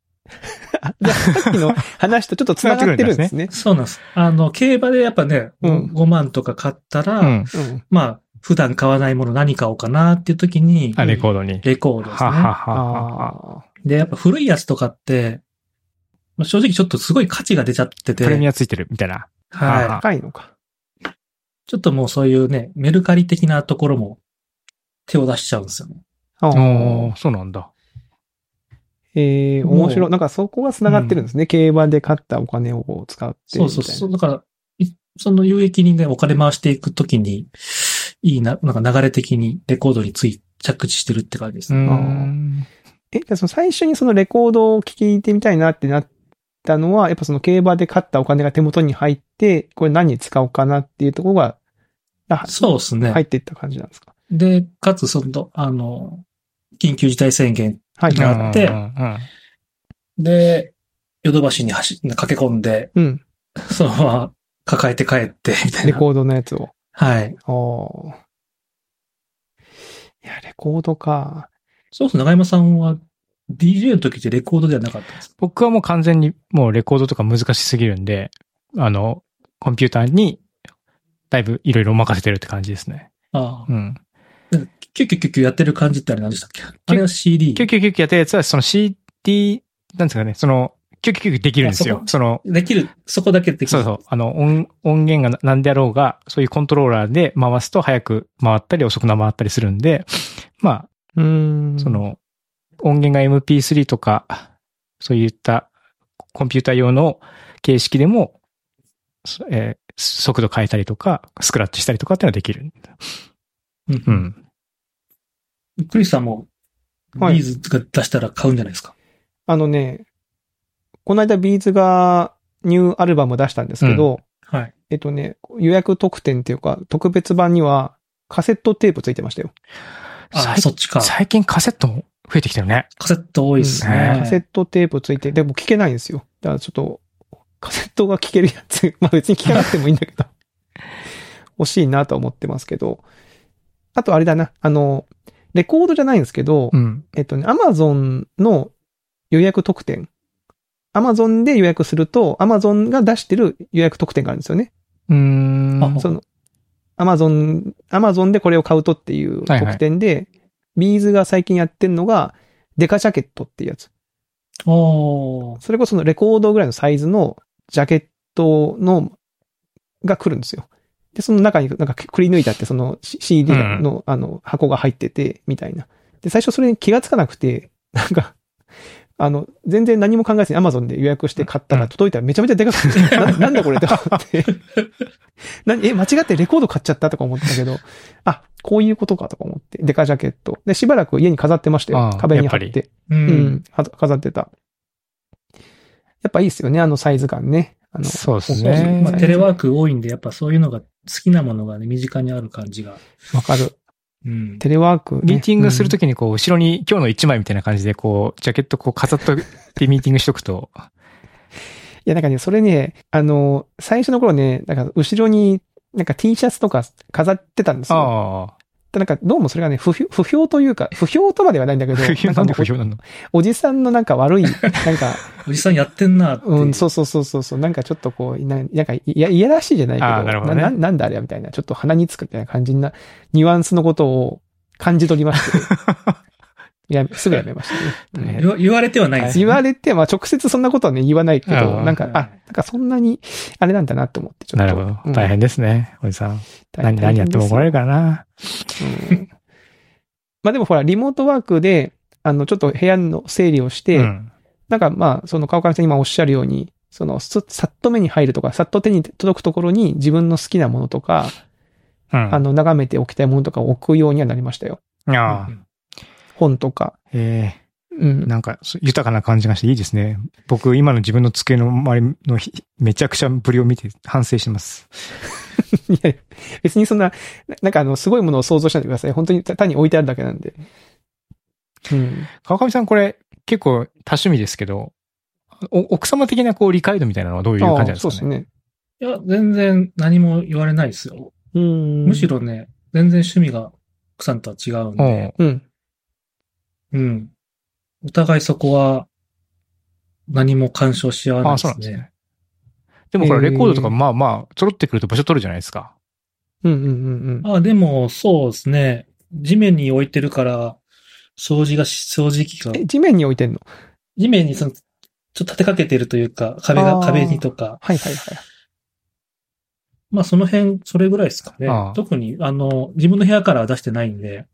[SPEAKER 2] あ、じゃあさっきの話とちょっと繋がってるん
[SPEAKER 3] [laughs]
[SPEAKER 2] ですね。
[SPEAKER 3] そうなんです。あの、競馬でやっぱね、
[SPEAKER 2] うん
[SPEAKER 3] 5万とか買ったら、
[SPEAKER 1] うん。
[SPEAKER 2] うん。
[SPEAKER 3] まあ、普段買わないもの何買おうかなっていう時に、
[SPEAKER 1] あ、レコードに。
[SPEAKER 3] レコードです
[SPEAKER 1] はは
[SPEAKER 3] ね。
[SPEAKER 1] はは。
[SPEAKER 2] あ
[SPEAKER 3] で、やっぱ古いやつとかって、まあ正直ちょっとすごい価値が出ちゃってて、
[SPEAKER 1] プレミアついてるみたいな。
[SPEAKER 3] はい。
[SPEAKER 2] あ。高いのか。
[SPEAKER 3] ちょっともうそういうね、メルカリ的なところも手を出しちゃうんですよね。
[SPEAKER 2] ああ
[SPEAKER 1] おーそうなんだ。
[SPEAKER 2] ええ、
[SPEAKER 3] もう
[SPEAKER 2] 面白い。なんかそこが繋がってるんですね。競馬で買ったお金を使ってみたい
[SPEAKER 3] そ
[SPEAKER 2] な。
[SPEAKER 3] うそうそう。だから、いその有益にね、お金回していくときに、いいな、なんか流れ的にレコードについ着地してるって感じです
[SPEAKER 1] う
[SPEAKER 3] ね。
[SPEAKER 1] ん。
[SPEAKER 2] え、じゃあその最初にそのレコードを聞いてみたいなってなったのは、やっぱその競馬で買ったお金が手元に入って、これ何に使おうかなっていうところが、あ
[SPEAKER 3] そうですね。
[SPEAKER 2] 入っていった感じなんですか。
[SPEAKER 3] で、かつ、その、あの、緊急事態宣言
[SPEAKER 2] はい。
[SPEAKER 3] なあって
[SPEAKER 1] うんうん
[SPEAKER 3] で、ヨドバシに走駆け込んで、
[SPEAKER 2] うん。
[SPEAKER 3] そのまま抱えて帰って、みたい
[SPEAKER 2] レ
[SPEAKER 3] な。
[SPEAKER 2] コードのやつを。
[SPEAKER 3] はい。
[SPEAKER 2] おーいや、レコードか。
[SPEAKER 3] そうそう、長山さんは DJ の時ってレコードではなかったんですか
[SPEAKER 1] 僕はもう完全にもうレコードとか難しすぎるんで、あの、コンピューターにだいぶいろいろ任せてるって感じですね。
[SPEAKER 3] ああ。
[SPEAKER 1] うん。
[SPEAKER 3] キュキュキュキュやってる感じってあれ何でしたっけあれは CD。
[SPEAKER 1] 999やったやつはその CD、なんですかね、その、999できるんです
[SPEAKER 3] あそ
[SPEAKER 1] よ
[SPEAKER 3] こ。
[SPEAKER 1] その、
[SPEAKER 3] できる、そこだけできる。
[SPEAKER 1] そうそう。あの、音、音源が何であろうが、そういうコントローラーで回すと早く回ったり遅くな回ったりするんで、ま
[SPEAKER 2] うーん。
[SPEAKER 1] あ、そ、の、音源が MP3 とか、そういったコンピューター用の形式でも、そえー速度変えたりとか、スクラッチしたりとかっていうのはできる。
[SPEAKER 3] うん
[SPEAKER 1] う。ん。
[SPEAKER 3] クリスさんも、
[SPEAKER 2] はい
[SPEAKER 3] ビーズが出したら買うんじゃないですか。
[SPEAKER 2] あのね、この間ビーズがニューアルバムを出したんですけど、
[SPEAKER 3] はい。
[SPEAKER 2] えっとね、予約特典っていうか、特別版にはカセットテープついてましたよ。
[SPEAKER 3] あ
[SPEAKER 1] 最
[SPEAKER 3] そっちか。
[SPEAKER 1] 最近カセットも増えてきたよね。
[SPEAKER 3] カセット多いっす
[SPEAKER 1] うん
[SPEAKER 3] ね。
[SPEAKER 2] カセットテープついて、でも聞けないんですよ。だからちょっと、カセットが聞けるやつ、 [laughs] まあ別に聞かなくてもいいんだけど、 [laughs] 欲しいなとは思ってますけど、あとあれだな、あの、レコードじゃないんですけど、
[SPEAKER 1] うん。
[SPEAKER 2] えっとね、アマゾンの予約特典。アマゾンで予約すると、アマゾンが出してる予約特典があるんですよね。
[SPEAKER 1] うーん。
[SPEAKER 3] あ
[SPEAKER 2] その、アマゾン、アマゾンでこれを買うとっていう
[SPEAKER 1] はいはい
[SPEAKER 2] 特典で、ビーズが最近やってるのが、デカジャケットっていうやつ。
[SPEAKER 3] おー
[SPEAKER 2] それこそそのレコードぐらいのサイズのジャケットの、が来るんですよ。で、その中になんかくり抜いたってその C- CD の、あの箱が入ってて、みたいな。で、最初それに気がつかなくて、なんか、あの、全然何も考えずに Amazon で予約して買った
[SPEAKER 1] う
[SPEAKER 2] ら
[SPEAKER 1] ん
[SPEAKER 2] 届いたらめちゃめちゃでかく
[SPEAKER 1] [laughs]
[SPEAKER 2] て、ななんだこれって思って。なえ、間違ってレコード買っちゃったとか思ったけど、あ、こういうことかとか思って、デカジャケット。で、しばらく家に飾ってましたよ
[SPEAKER 1] あ。あ
[SPEAKER 2] 壁に貼っ
[SPEAKER 1] やっぱ
[SPEAKER 2] て。
[SPEAKER 3] う
[SPEAKER 2] うんん。、は飾ってた。やっぱいいですよね、あのサイズ感ね。あの
[SPEAKER 1] そうです
[SPEAKER 2] そうそう
[SPEAKER 1] ね。
[SPEAKER 3] まあ、
[SPEAKER 1] ま
[SPEAKER 3] テレワーク多いんで、やっぱそういうのが、好きなものがね、身近にある感じが。
[SPEAKER 2] わかる。
[SPEAKER 3] うん。
[SPEAKER 2] テレワーク、
[SPEAKER 1] あミーティングすると
[SPEAKER 2] き、
[SPEAKER 1] きに、こう、後ろに今日の一枚みたいな感じで、こう、ジャケットこう飾っとってミーティングしとく [laughs] と、
[SPEAKER 2] うんいや、なんかね、それね、あの、最初の頃ね、なんか後ろに、なんか T シャツとか飾ってたんですよ。
[SPEAKER 1] [laughs] あ
[SPEAKER 2] でなんかどうもそれがね、不評不評というか、不評とまではないんだけ
[SPEAKER 1] あ、
[SPEAKER 2] ど、
[SPEAKER 1] 不評 [laughs] なんで不
[SPEAKER 2] か
[SPEAKER 1] 評なの
[SPEAKER 2] おおじさんのなんか悪い、なんか、
[SPEAKER 3] おじさんやってんなっていう。
[SPEAKER 2] うん、そうそうそうそうそう、なんかちょっとこう、ななんかいやいやらしいじゃないけど
[SPEAKER 1] あーなるほどね
[SPEAKER 2] な、なんだあれやみたいな、ちょっと鼻につくみたいな感じな、ニュアンスのことを感じ取りま
[SPEAKER 1] [laughs]
[SPEAKER 2] して、やすぐやめましたね。
[SPEAKER 1] ね
[SPEAKER 3] 言わ言われてはないんです
[SPEAKER 2] 言
[SPEAKER 3] よ、
[SPEAKER 2] われて、まあ直接そんなことはね、言わないけ
[SPEAKER 1] あ
[SPEAKER 2] ど、
[SPEAKER 1] ー
[SPEAKER 2] なんか、あ、なんかそんなに、あれなんだなと思って、ちょっと。
[SPEAKER 1] なるほど。大変ですね、おじさん。
[SPEAKER 2] 大変
[SPEAKER 1] 何、何やっても怒られるからな。
[SPEAKER 2] うんまあでもほら、リモートワークで、あの、ちょっと部屋の整理をして、
[SPEAKER 1] うん。
[SPEAKER 2] なんかまあ、その川上さん今おっしゃるように、その、すさっと目に入るとか、さっと手に届くところに自分の好きなものとか、
[SPEAKER 1] うん。
[SPEAKER 2] あの、眺めておきたいものとかを置くようにはなりましたよ。
[SPEAKER 1] ああ
[SPEAKER 3] うん
[SPEAKER 2] 本とか。
[SPEAKER 1] え
[SPEAKER 2] うん
[SPEAKER 1] え、。なんか、そう豊かな感じがしていいですね。僕、今の自分の机の周りのひめちゃくちゃぶりを見て反省してます。
[SPEAKER 2] [laughs] いや、別にそんな、ななんかあの、すごいものを想像しないでください。本当にた単に置いてあるだけなんで。うん。
[SPEAKER 1] 川上さん、これ、結構多趣味ですけど、お奥様的なこう理解度みたいなのはどういう感じなんですかね
[SPEAKER 2] ああそうですね。
[SPEAKER 3] いや、全然何も言われないですよ。
[SPEAKER 2] うん。
[SPEAKER 3] むし。ろね、全然趣味が奥さんとは違うん
[SPEAKER 1] う
[SPEAKER 3] で、
[SPEAKER 1] ん
[SPEAKER 2] うん。
[SPEAKER 3] うん。お互いそこは、何も干渉し合わない
[SPEAKER 1] あ、
[SPEAKER 3] で
[SPEAKER 1] そうなんで
[SPEAKER 3] す
[SPEAKER 1] す
[SPEAKER 3] ね。
[SPEAKER 1] ね。でもこれレコードと
[SPEAKER 2] え
[SPEAKER 1] か
[SPEAKER 2] ー
[SPEAKER 1] まあまあ、揃ってくると場所取るじゃないですか。
[SPEAKER 2] うんうんうん
[SPEAKER 3] あ、でも、そうですね。地面に置いてるから、掃除がし、掃除機が
[SPEAKER 2] うん。え、、地面に置いてんの
[SPEAKER 3] 地面にその、ちょっと立てかけてるというか、壁
[SPEAKER 2] あ
[SPEAKER 3] が、
[SPEAKER 2] ー
[SPEAKER 3] 壁にとか、
[SPEAKER 2] はいはいはい。
[SPEAKER 3] まあその辺、それぐらいですかね
[SPEAKER 1] あー。
[SPEAKER 3] 特に、あの、自分の部屋からは出してないんで、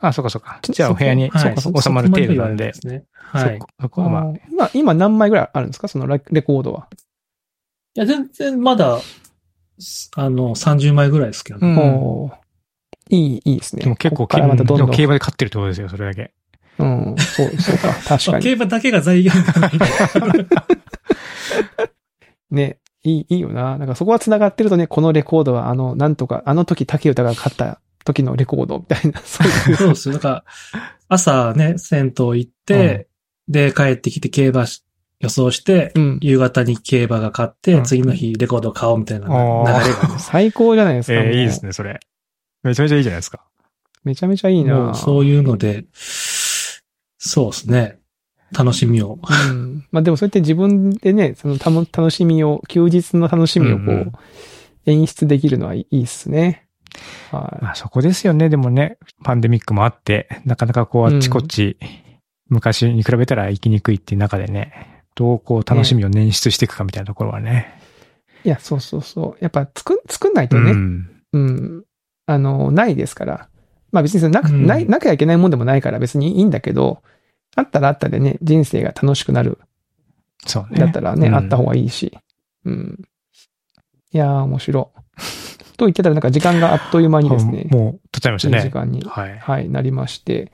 [SPEAKER 1] あ、そうかそうか。
[SPEAKER 2] ちょ
[SPEAKER 1] じゃあお部屋に
[SPEAKER 3] はい
[SPEAKER 1] そうか収まる程度なんで。
[SPEAKER 3] そこま言われないですね。
[SPEAKER 1] そ
[SPEAKER 3] はい。い
[SPEAKER 1] こそこはまあ
[SPEAKER 2] あー今、今何枚ぐらいあるんですかそのラレコードは。
[SPEAKER 3] や、全然まだ、すあの、30枚ぐらいですけど、
[SPEAKER 1] う
[SPEAKER 3] ね
[SPEAKER 1] ん
[SPEAKER 2] おーいい、いいですね。
[SPEAKER 1] でも結構、
[SPEAKER 2] こっからまたどんど
[SPEAKER 1] で
[SPEAKER 2] ん。
[SPEAKER 1] も競馬で勝ってるってことですよ、それだけ。
[SPEAKER 2] うん、そう、そ
[SPEAKER 1] [laughs]
[SPEAKER 2] うか。確
[SPEAKER 3] ま
[SPEAKER 2] か
[SPEAKER 3] あ
[SPEAKER 2] に。
[SPEAKER 3] 競馬だけが財源がないんで。
[SPEAKER 2] ね、いい、いいよな。なんかそこは繋がってるとね、このレコードはあの、なんとか、あの時竹豊が勝った時のレコードみたいな、 [laughs] そういう。
[SPEAKER 3] そうですよ。だから、朝ね、銭湯行って、で、帰ってきて競馬し予想して、
[SPEAKER 2] うん。
[SPEAKER 3] 夕方に競馬が勝って、
[SPEAKER 1] うん
[SPEAKER 3] 次の日レコード買おうみたいな流
[SPEAKER 1] あ [laughs] ー
[SPEAKER 3] れがね
[SPEAKER 2] 最高じゃないですか。
[SPEAKER 1] ええ、いいです
[SPEAKER 2] ね。
[SPEAKER 1] ね、それ。めちゃめちゃいいじゃないですか。
[SPEAKER 2] めちゃめちゃいい
[SPEAKER 3] も
[SPEAKER 2] な
[SPEAKER 3] うそういうので、そうですね。楽しみを。
[SPEAKER 2] うん。まあでもそうやって自分でね、そのたの楽しみを、休日の楽しみをこ
[SPEAKER 1] う
[SPEAKER 2] う、
[SPEAKER 1] んうん
[SPEAKER 2] 演出できるのはいいっすね。は
[SPEAKER 1] まあそこですよね、でもね、パンデミックもあって、なかなかこう、あっちこっち、昔に比べたら行きにくいっていう中でね、どうこう楽しみを捻出していくかみたいなところはね。
[SPEAKER 2] い。いや、そうそうそう。やっぱ作ん、作んないうとね、
[SPEAKER 1] ん。
[SPEAKER 2] うん。あの、ないですから。まあ別にそのなく、
[SPEAKER 3] うん
[SPEAKER 2] ない、なきゃいけないもんでもないから別にいいんだけど、あったらあったでね、人生が楽しくなる。
[SPEAKER 1] そうね。
[SPEAKER 2] だったらね、
[SPEAKER 1] うん
[SPEAKER 2] あった方がいいし。うん。いやー、面白い。 [laughs] と言ってたらなんか時間があっという間にですね
[SPEAKER 1] もう、、もう取っちゃいまし
[SPEAKER 2] いい
[SPEAKER 1] た
[SPEAKER 2] 時
[SPEAKER 1] ね。
[SPEAKER 2] 間に、
[SPEAKER 1] はい。
[SPEAKER 2] はい、なりまして。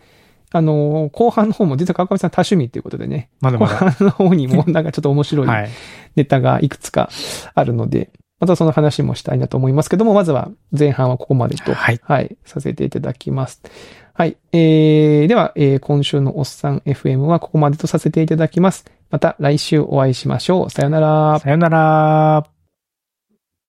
[SPEAKER 2] あのー後半の方も実は川上さん多趣味っていうことでね、
[SPEAKER 1] まだ
[SPEAKER 2] 後
[SPEAKER 1] まだ。
[SPEAKER 2] 半の方にもなんかちょっと面白い
[SPEAKER 1] はい。
[SPEAKER 2] ネタがいくつかあるので、またその話もしたいなと思いますけども、まずは前半はここまでと、
[SPEAKER 1] はい
[SPEAKER 2] させていただきます。はい。えー、では、えー今週のおっさん FM はここまでとさせていただきます。また来週お会いしましょう。さよなら。
[SPEAKER 1] さよなら。